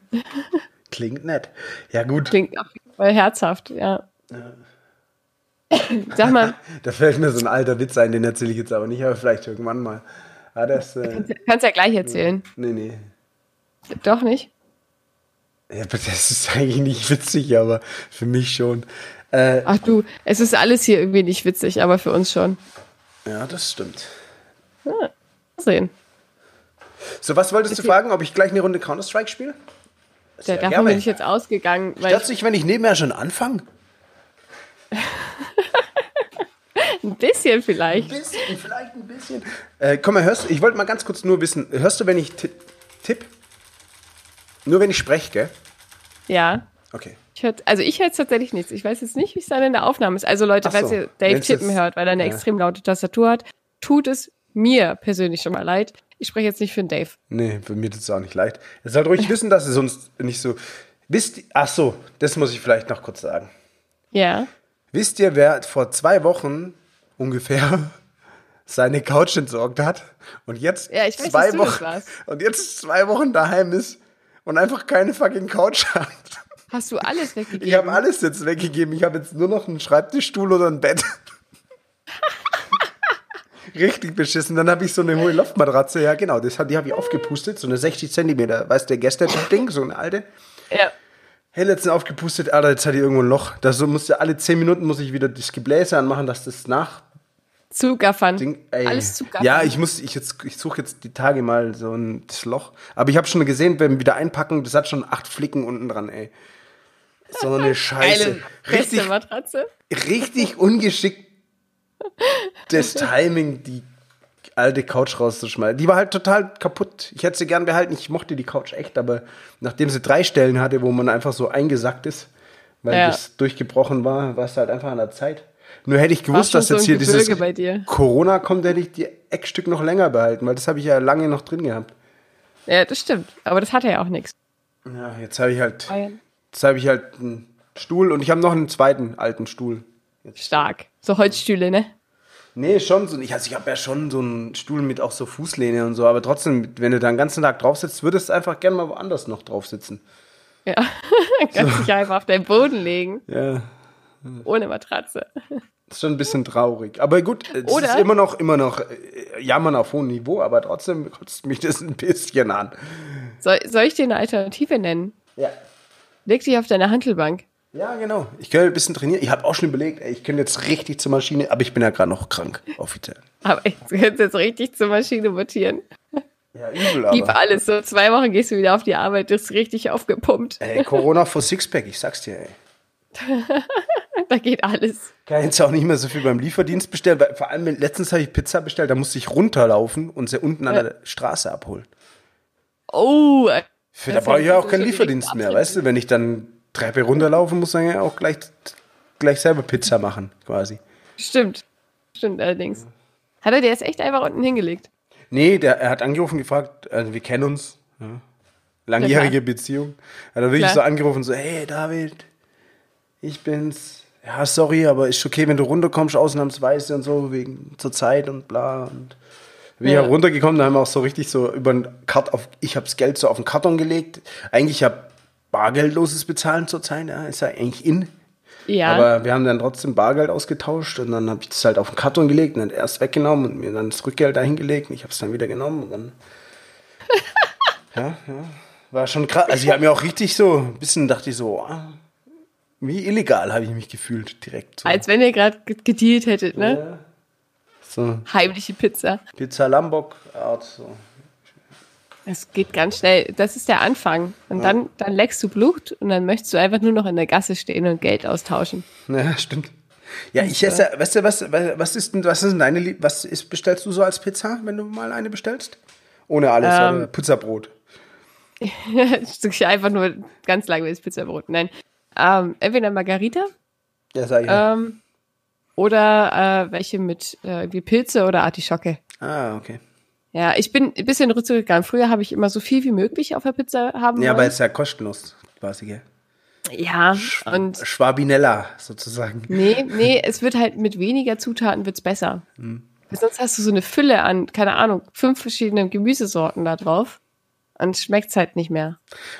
Klingt nett. Ja, gut.
Klingt auf jeden Fall herzhaft, ja. Sag mal,
Da fällt mir so ein alter Witz ein, den erzähle ich jetzt aber nicht, aber vielleicht irgendwann mal. Ah, das. Äh,
kannst ja gleich erzählen.
nee, nee.
Doch nicht?
Ja, aber das ist eigentlich nicht witzig, aber für mich schon. Äh,
Ach du, es ist alles hier irgendwie nicht witzig, aber für uns schon.
ja, das stimmt.
Mal Sehen.
So, was wolltest du fragen, ob ich gleich eine Runde Counter-Strike spiele?
Da,
Sehr
davon
gerne.
bin ich jetzt ausgegangen, weil
Stört sich, wenn ich nebenher schon anfange?
ein bisschen vielleicht.
bisschen, vielleicht ein bisschen. Äh, komm mal, hörst du, ich wollte mal ganz kurz nur wissen, hörst du, wenn ich ti- tipp? Nur wenn ich spreche, gell?
Ja.
Okay.
Ich hört, also ich höre jetzt tatsächlich nichts. Ich weiß jetzt nicht, wie es dann in der Aufnahme ist. Also Leute,
Ach
falls
so.
ihr Dave
Wenn's
tippen
jetzt-
hört, weil er eine
ja.
extrem laute Tastatur hat, tut es mir persönlich schon mal leid. Ich spreche jetzt nicht für den Dave.
Nee, für mir tut es auch nicht leid. Ihr sollt
[laughs]
ruhig wissen, dass es uns nicht so. Wisst ihr, ach so, das muss ich vielleicht noch kurz sagen.
Ja.
Wisst ihr, wer vor zwei Wochen ungefähr [laughs] seine Couch entsorgt hat und jetzt
Ja, ich weiß,
zwei
dass du das
Wochen
warst.
und jetzt zwei Wochen daheim ist und einfach keine fucking Couch [laughs] hat?
Hast du alles weggegeben?
Ich habe alles jetzt weggegeben. Ich habe jetzt nur noch einen Schreibtischstuhl oder ein
[laughs]
Bett. Richtig beschissen. Dann habe ich so eine hohe Loftmatratze. Ja, genau. Das hat, die habe ich aufgepustet. So eine 60 Zentimeter. Weißt du, der Gäste-Ding, so eine alte.
Ja.
Hey, letztens aufgepustet. Alter, jetzt hat die irgendwo ein Loch. Das so musste alle 10 Minuten muss ich wieder das Gebläse anmachen, dass das nach.
Zugaffern.
Ding, ey.
Alles zugaffern.
Ja, ich muss, ich jetzt, ich suche jetzt die Tage mal so ein das Loch. Aber ich habe schon gesehen, beim wieder einpacken, das hat schon acht Flicken unten dran, ey. So eine Scheiße.
[laughs] Geile, beste
Richtig
Matratze.
richtig ungeschickt das Timing, die alte Couch rauszuschmeißen. Die war halt total kaputt. Ich hätte sie gern behalten. Ich mochte die Couch echt, aber nachdem sie drei Stellen hatte, wo man einfach so eingesackt ist, weil
Ja.
das durchgebrochen war, war es halt einfach an der Zeit. Nur hätte ich gewusst,
schon
dass
so
jetzt
ein
hier dieses
Gebirge bei dir.
Corona kommt, hätte ich die Eckstück noch länger behalten, weil das habe ich ja lange noch drin gehabt.
Ja, das stimmt. Aber das hat er ja auch nichts.
Ja, jetzt habe ich halt,
Bayern.
jetzt habe ich halt einen Stuhl und ich habe noch einen zweiten alten Stuhl.
Stark. So Holzstühle, ne? [laughs]
Nee, schon so. Ich, also ich habe ja schon so einen Stuhl mit auch so Fußlehne und so, aber trotzdem, wenn du da den ganzen Tag drauf sitzt, würdest du einfach gerne mal woanders noch drauf sitzen.
Ja. Kannst dich einfach auf den Boden legen,
Ja.
ohne Matratze.
Ist schon ein bisschen traurig. Aber gut, es
Oder-
ist immer noch, immer noch äh, jammern auf hohem Niveau, aber trotzdem kotzt mich das ein bisschen an.
Soll, soll ich dir eine Alternative nennen?
Ja.
Leg dich auf deine Handelbank.
Ja, genau. Ich könnte ein bisschen trainieren. Ich habe auch schon überlegt, ey, ich könnte jetzt richtig zur Maschine, aber ich bin ja gerade noch krank, offiziell.
Aber jetzt kannst du jetzt richtig zur Maschine mutieren.
Ja, übel,
Gib alles. So zwei Wochen gehst du wieder auf die Arbeit, bist richtig aufgepumpt.
Ey, Corona vor Sixpack, ich sag's dir, ey.
Da geht alles.
Kann jetzt auch nicht mehr so viel beim Lieferdienst bestellen, weil vor allem letztens habe ich Pizza bestellt, da musste ich runterlaufen und sie unten an
Ja.
der Straße abholen.
Oh.
Für, da
Das
brauche ich ja
heißt,
auch keinen
das ist
Lieferdienst mehr,
direkt
weißt du? Wenn ich dann Treppe runterlaufen muss, dann ja auch gleich, gleich selber Pizza machen, quasi.
Stimmt. Stimmt allerdings. Hat er dir jetzt echt einfach unten hingelegt?
Nee, der, er hat angerufen, gefragt, also wir kennen uns. Ja. Langjährige
Ja,
Beziehung. Hat er wirklich
Klar.
so angerufen, so, hey David, ich bin's. Ja, sorry, aber ist okay, wenn du runterkommst, ausnahmsweise und so, wegen zur Zeit und bla. Und bin ich
Ja.
ja. runtergekommen, da haben wir auch so richtig so über den Kart auf, ich hab's Geld so auf den Karton gelegt. Eigentlich hab bargeldloses Bezahlen zur Zeit, ja, ist ja eigentlich in.
Ja.
Aber wir haben dann trotzdem Bargeld ausgetauscht und dann habe ich das halt auf den Karton gelegt und dann erst weggenommen und mir dann das Rückgeld dahingelegt und ich habe es dann wieder genommen und dann. ja, ja. War schon krass. Also ich habe mir auch richtig so ein bisschen dachte ich so, ah, wie illegal habe ich mich gefühlt direkt. So,
Als wenn ihr gerade ge- gedealt hättet, ne?
so
Heimliche Pizza.
Pizza Lambok Art. So.
Es geht ganz schnell. Das ist der Anfang. Und dann, dann leckst du Blut und dann möchtest du einfach nur noch in der Gasse stehen und Geld austauschen. [laughs]
Ja, [laughs] stimmt. Ja, ich esse, weißt du, was, was ist denn, was ist denn deine, Lieb- was ist, bestellst du so als Pizza, wenn du mal eine bestellst? Ohne alles, oder? Pizzabrot.
Stück einfach nur ganz langweiliges Pizzabrot. Nein. Ähm, entweder Margarita
Ja, sag ich.
ähm, oder äh, welche mit äh, wie Pilze oder Artischocke.
ah, okay.
Ja, ich bin ein bisschen zurückgegangen. Früher habe ich immer so viel wie möglich auf der Pizza haben
Ja, aber
wollen.
ist ja kostenlos, quasi, gell?
Ja, und
Schwabinella, sozusagen.
Nee, nee, es wird halt mit weniger Zutaten wird's besser.
Hm.
Weil sonst hast du so eine Fülle an, keine Ahnung, fünf verschiedenen Gemüsesorten da drauf und schmeckt's halt nicht mehr.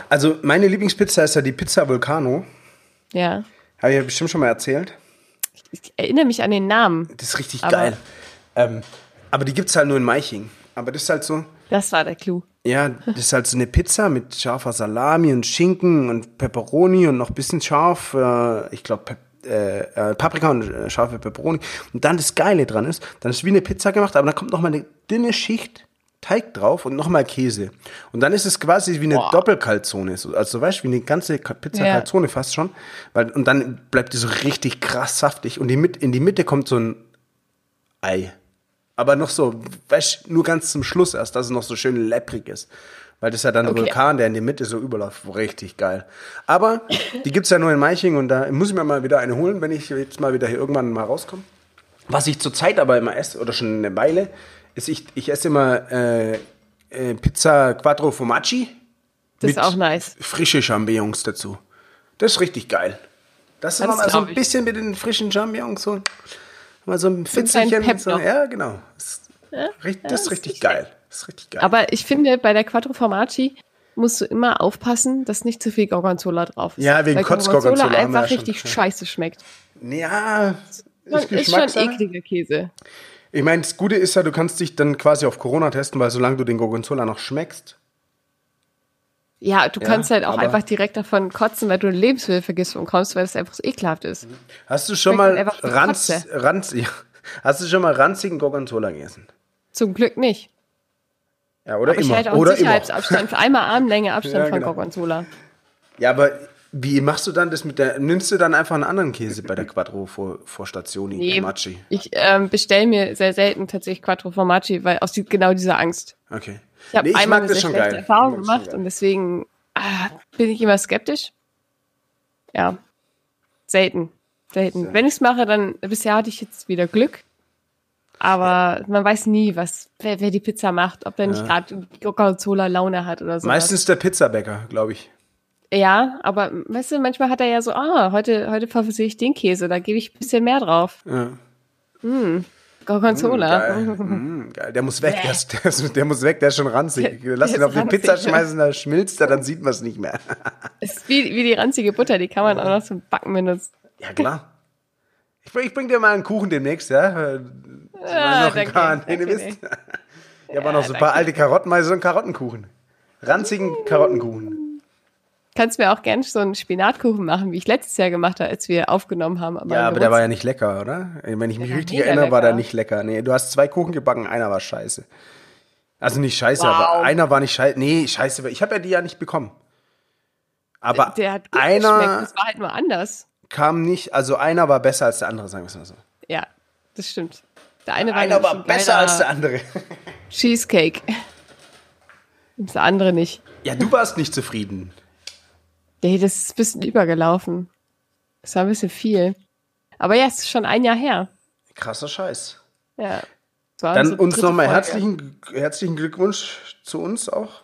Also, meine Lieblingspizza ist ja die Pizza Vulcano.
Ja.
Habe ich ja bestimmt schon mal erzählt.
Ich erinnere mich an den Namen.
Das ist richtig
Aber-
geil. Ähm, aber die gibt es halt nur in Meiching. Aber das ist halt so,
Das war der Clou.
ja, das ist halt so eine Pizza mit scharfer Salami und Schinken und Pepperoni und noch ein bisschen scharf, äh, ich glaube, Pep äh, äh, Paprika und äh, scharfe Pepperoni. Und dann das Geile dran ist, dann ist wie eine Pizza gemacht, aber dann kommt nochmal eine dünne Schicht Teig drauf und nochmal Käse. Und dann ist es quasi wie eine
Boah.
Doppelkalzone. so- Also weißt du, wie eine ganze Ka- Pizza
Ja.
Calzone fast schon. Weil, und dann bleibt die so richtig krass saftig. Und die mit, in die Mitte kommt so ein Ei. Aber noch so, weißt du, nur ganz zum Schluss erst, dass es noch so schön lepprig ist. Weil das ist ja dann
Okay.
ein Vulkan, der in der Mitte so überläuft. Richtig geil. Aber die gibt es ja nur in Meiching und da muss ich mir mal wieder eine holen, wenn ich jetzt mal wieder hier irgendwann mal rauskomme. Was ich zurzeit aber immer esse, oder schon eine Weile, ist, ich, ich esse immer äh, äh, Pizza Quattro Formaggi.
Das ist
mit
auch nice.
Frische Champignons dazu. Das ist richtig geil. Das ist
Das
nochmal so
glaub
ein
ich.
bisschen mit den frischen Champignons, so, mal so ein
kleinen
Fitzelchen.
Pep
So,
noch.
ja, genau. Das, ist richtig, das
ist
ist richtig
nicht
geil. Das ist richtig geil.
Aber ich finde, bei der Quattro Formaggi musst du immer aufpassen, dass nicht zu viel Gorgonzola drauf ist.
Ja, wegen
Weil
Kotz-Gorgonzola haben wir
einfach
ja schon.
richtig
Ja.
scheiße schmeckt.
ja, ist
Ist, schon
Geschmackssache.
ekliger Käse.
Ich meine, das Gute ist ja, du kannst dich dann quasi auf Corona testen, weil solange du den Gorgonzola noch schmeckst,
Ja, du
Ja,
kannst halt auch
aber-
einfach direkt davon kotzen, weil du eine Lebensmittelvergiftung kommst, weil das einfach so ekelhaft ist.
hast du schon
Schmeckt
mal
halt einfach nach
ranz,
Kotze.
ranz, ja, hast du schon mal ranzigen Gorgonzola gegessen?
Zum Glück nicht.
Ja, oder
Aber ich
immer.
halte auch
oder
einen Sicherheitsabstand für einmal Armlänge Abstand
Ja,
von
genau.
Gorgonzola.
immer. Ja, aber wie machst du dann das mit der, nimmst du dann einfach einen anderen Käse bei
[laughs]
der Quattro vor, vor Stationi,
Nee,
Matschi?
ich ähm, bestelle mir sehr selten tatsächlich Quattro Formaggi, weil aus die, genau dieser Angst.
Okay.
Ich habe
Nee,
einmal
mag
eine
das
sehr
schon
schlechte
geil.
Erfahrung
Ich mag das
gemacht
schon
und deswegen ah, bin ich immer skeptisch. Ja, selten, selten. Wenn ich es mache, dann bisher hatte ich jetzt wieder Glück. Aber man weiß nie, was wer, wer die Pizza macht, ob der nicht gerade Gorgonzola Laune hat oder so.
Meistens der Pizzabäcker, glaube ich.
Ja, aber weißt du, manchmal hat er ja so, ah, heute, heute favorisiere ich den Käse, da gebe ich ein bisschen mehr drauf. Hm.
Ja.
Gorgonzola.
Geil. Mm, geil. Der muss weg, der, ist, der, ist, der muss weg, der ist schon ranzig.
Der-
Lass
der
ihn
ist
auf die
ranzig,
Pizza
ja.
schmeißen, dann schmilzt er, dann sieht man es nicht mehr.
Ist wie, wie die ranzige Butter, die kann man auch noch zum Backen benutzen.
Ja, klar. Ich bring, ich bring dir mal einen Kuchen demnächst, ja? Äh,
Ah,
noch einen Kahn, den ihr wisst. Ich habe auch noch so ein paar alte Karotten, mal so einen Karottenkuchen.
Uh.
Ranzigen Karottenkuchen.
Kannst mir auch gerne so einen Spinatkuchen machen, wie ich letztes Jahr gemacht habe, als wir aufgenommen haben.
Ja, aber der war ja nicht lecker, oder? Wenn ich mich
war
richtig
mega
erinnere, war der
lecker.
nicht lecker. Nee, du hast zwei Kuchen gebacken, einer war scheiße. Also nicht scheiße,
Wow.
aber einer war nicht scheiße. Nee, scheiße, ich habe ja die ja nicht bekommen. Aber
der hat gut geschmeckt,
einer
das war halt nur anders.
kam nicht, also einer war besser als der andere, sagen wir es mal so.
Ja, das stimmt. Der eine war,
Einer
nämlich
war
ein
besser als der
geiler
andere.
Cheesecake. [laughs] Und der andere nicht.
[laughs] Ja, du warst nicht zufrieden.
Nee, das ist ein bisschen übergelaufen. Das war ein bisschen viel. Aber ja, es ist schon ein Jahr her.
Krasser Scheiß.
Ja. Das war
Dann uns
unsere Also dritte
nochmal
Folge.
herzlichen, herzlichen Glückwunsch zu uns auch.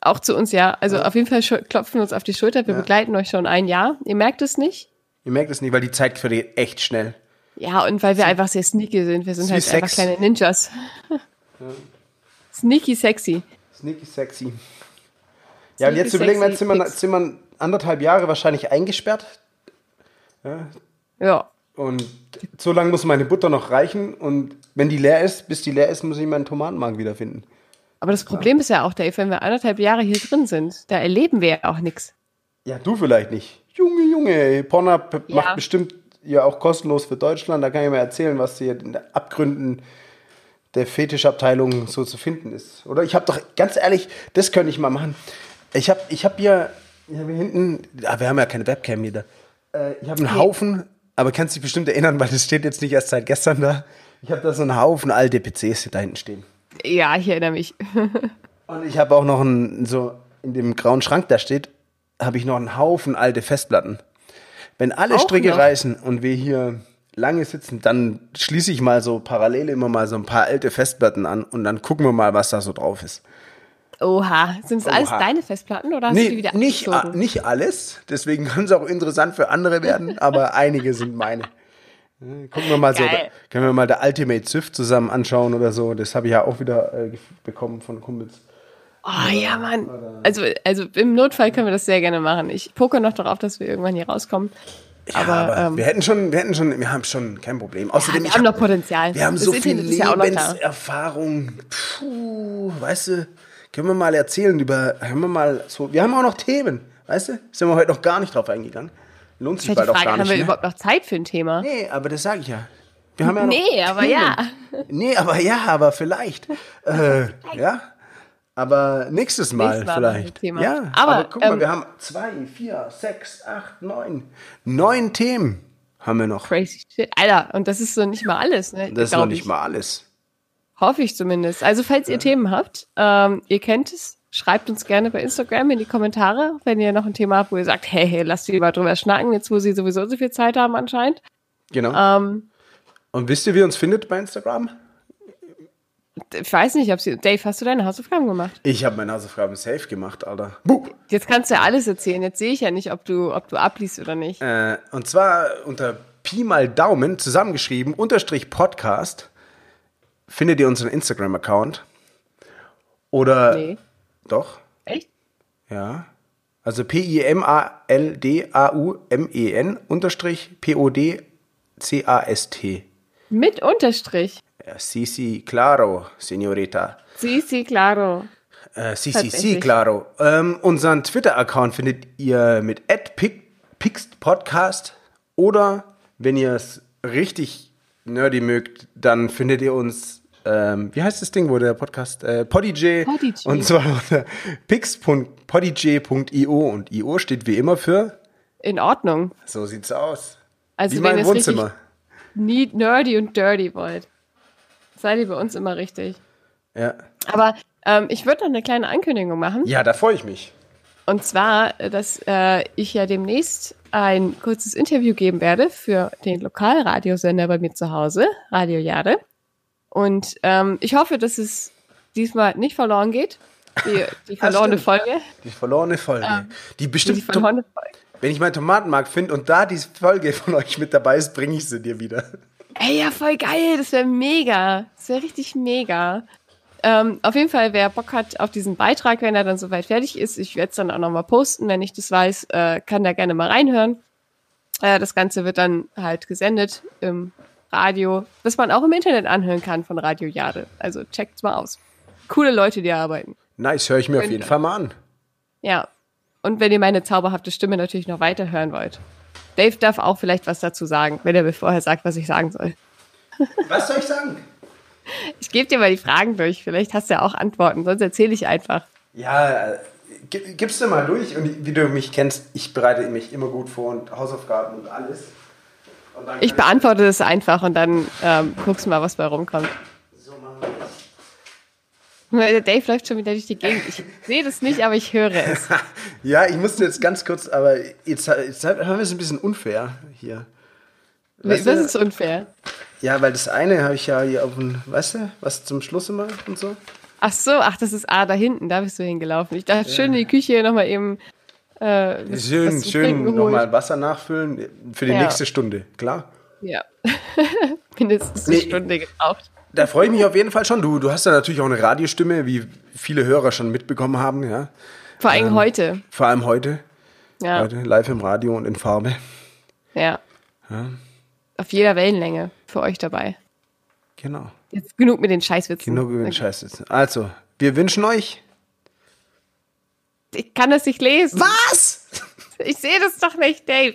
Auch zu uns, ja. Also auf jeden Fall schu- klopfen wir uns auf die Schulter. Wir begleiten euch schon ein Jahr. Ihr merkt es nicht.
Ihr merkt es nicht, weil die Zeit vergeht echt schnell.
Ja, und weil wir einfach sehr sneaky sind. Wir sind
Wie
halt einfach
Sex.
kleine
[laughs]
Ninjas. Sneaky sexy.
Sneaky sexy. Ja, und jetzt
Sneaky
überlegen wir, jetzt
sexy
sind wir,
Pics.
sind wir anderthalb Jahre wahrscheinlich eingesperrt.
Ja.
Und so lange muss meine Butter noch reichen. Und wenn die leer ist, bis die leer ist, muss ich meinen Tomatenmark wiederfinden.
Aber das Problem ist ja auch, Dave, wenn wir anderthalb Jahre hier drin sind, da erleben wir ja auch nichts.
Ja, du vielleicht nicht. Junge, Junge, ey, Pornhub
Ja.
macht bestimmt ja auch kostenlos für Deutschland. Da kann ich mir erzählen, was sie in den Abgründen der Fetischabteilung so zu finden ist. Oder ich habe doch, ganz ehrlich, das könnte ich mal machen. Ich habe ich hab hier, ich hab hier hinten, ah, wir haben ja keine Webcam hier da. Äh, ich habe einen Haufen, aber kannst dich bestimmt erinnern, weil das steht jetzt nicht erst seit gestern da. Ich habe da so einen Haufen alte PCs da hinten stehen.
Ja, ich erinnere mich.
Und ich habe auch noch einen, so in dem grauen Schrank da steht, habe ich noch einen Haufen alte Festplatten. Wenn alle
Auch
Stricke
noch?
reißen und wir hier lange sitzen, dann schließe ich mal so parallel immer mal so ein paar alte Festplatten an und dann gucken wir mal, was da so drauf ist.
Oha, sind es alles
Oha.
deine Festplatten oder hast du die
Nee,
wieder
nicht, a-
abgezogen?
nicht alles, deswegen kann es auch interessant für andere
[laughs]
werden, aber einige sind meine. Äh, Gucken wir mal so,
Geil.
da, können wir mal der Ultimate Swift zusammen anschauen oder so. Das habe ich ja auch wieder äh, gef- bekommen von Kumpels.
Oh ja, Mann. Also, also im Notfall können wir das sehr gerne machen. Ich poke noch darauf, dass wir irgendwann hier rauskommen. aber
Aber
ähm,
wir hätten schon, wir hätten schon, wir haben schon kein Problem. Außerdem,
wir
ich
haben
hab-
noch Potenzial.
Wir haben
Das
so viel
Internet ist ja auch noch da.
Lebenserfahrung. Puh, weißt du, können wir mal erzählen über, haben wir mal so, wir haben auch noch Themen, weißt du? Sind wir heute noch gar nicht drauf eingegangen. Lohnt sich
ich hätte
bald
die
auch
Frage,
gar
haben
nicht.
wir
ne?
überhaupt noch Zeit für ein Thema?
Nee, aber das sage ich ja. Wir haben ja noch
Nee, aber ja.
Nee, aber ja, aber vielleicht. äh, ja. Aber nächstes Mal,
Nächstes Mal machen wir
vielleicht.
das Thema.
Ja,
Aber,
aber, guck mal,
ähm,
wir haben zwei, vier, sechs, acht, neun. Neun Themen haben wir noch.
Crazy shit. Alter, und das ist so nicht mal alles, ne?
Das ist
Glaub
noch nicht
ich.
mal alles.
Hoffe ich zumindest. Also, falls ihr Themen habt, ähm, ihr kennt es, schreibt uns gerne bei Instagram in die Kommentare, wenn ihr noch ein Thema habt, wo ihr sagt, hey, hey, lasst die mal drüber schnacken, jetzt wo sie sowieso so viel Zeit haben anscheinend.
Genau.
Ähm,
Und wisst ihr, wie ihr uns findet bei Instagram?
ich weiß nicht, ob sie. Dave, hast du deine Hausaufgaben gemacht?
Ich habe meine Hausaufgaben safe gemacht, Alter. Buh.
Jetzt kannst du ja alles erzählen. Jetzt sehe ich ja nicht, ob du, ob du abliest oder nicht.
Äh, und zwar unter Pi mal Daumen zusammengeschrieben, unterstrich Podcast, findet ihr unseren Instagram-Account. Oder
Nee.
doch,
Echt?
ja. Also P-I-M-A-L-D-A-U-M-E-N E unterstrich P-O-D-C-A-S-T.
Mit Unterstrich.
Ja, Sí, sí, claro, señorita.
Sí, sí, claro.
Äh, sí, sí,
Tatsächlich.
sí, claro. Ähm, unseren Twitter-Account findet ihr mit @pixpodcast oder wenn ihr es richtig nerdy mögt, dann findet ihr uns ähm, wie heißt das Ding, wo der Podcast? Äh, Podij.
Podij.
Und zwar unter pix.podij.io und IO steht wie immer für
In Ordnung.
so sieht's aus.
Also
wie
wenn
mein
ihr es richtig-
Wohnzimmer.
nie nerdy und dirty wollt. Seid ihr bei uns immer richtig.
Ja.
Aber ähm, ich würde noch eine kleine Ankündigung machen.
ja, da freue ich mich.
Und zwar, äh, dass äh, ich ja demnächst ein kurzes Interview geben werde für den Lokalradiosender bei mir zu Hause, Radio Jade. Und ähm, ich hoffe, dass es diesmal nicht verloren geht. Die, die verlorene
stimmt.
Folge.
Die verlorene Folge. die
Ah. Die
bestimmt to-
verlorene Folge.
Wenn ich meinen Tomatenmarkt finde und da die Folge von euch mit dabei ist, bringe ich sie dir wieder.
Ey, ja, voll geil. Das wäre mega. Das wäre richtig mega. Ähm, auf jeden Fall, wer Bock hat auf diesen Beitrag, wenn er dann soweit fertig ist, ich werde es dann auch nochmal posten. Wenn ich das weiß, äh, kann da gerne mal reinhören. Äh, das Ganze wird dann halt gesendet im Radio, was man auch im Internet anhören kann von Radio Jade. Also checkt's mal aus. Coole Leute, die da arbeiten.
Nice, höre ich mir auf
Könnt
jeden
ihr.
Fall mal an.
Ja. Und wenn ihr meine zauberhafte Stimme natürlich noch weiter hören wollt. Dave darf auch vielleicht was dazu sagen, wenn er mir vorher sagt, was ich sagen soll.
Was soll ich sagen?
Ich gebe dir mal die Fragen durch. Vielleicht hast du ja auch Antworten, sonst erzähle ich einfach.
Ja, äh, gib- gib's dir mal durch und wie du mich kennst, ich bereite mich immer gut vor und Hausaufgaben und alles. Und dann
Ich
kann
beantworte das einfach und dann ähm, guckst du mal, was bei rumkommt.
ich- So machen wir das.
Der Dave läuft schon wieder durch die Gegend. Ich sehe das nicht, aber ich höre es.
Ja, ich musste jetzt ganz kurz, aber jetzt, jetzt haben wir es ein bisschen unfair hier.
Das
Weißt du-
ist unfair.
Ja, weil das eine habe ich ja hier auf dem, weißt du, was zum Schluss immer und so.
Ach so, ach, das ist A da hinten, da bist du hingelaufen. Ich dachte, schön in die Küche nochmal eben. Äh, was- was
Schön,
zu
schön
trinken geholt.
nochmal Wasser nachfüllen für die
Ja.
nächste Stunde, klar.
Ja. [laughs] Mindestens eine
Nee.
Stunde gebraucht.
Da freue ich mich auf jeden Fall schon. Du, du hast ja natürlich auch eine Radiostimme, wie viele Hörer schon mitbekommen haben, ja.
Vor allem heute.
Vor allem heute,
Ja.
Ähm, heute live im Radio und in Farbe.
ja. Auf jeder Wellenlänge für euch dabei.
Genau.
Jetzt genug mit den Scheißwitzen.
Genug über den Scheiß jetzt. Also, wir wünschen euch.
Ich kann das nicht lesen.
Was?
Ich sehe das doch nicht, Dave.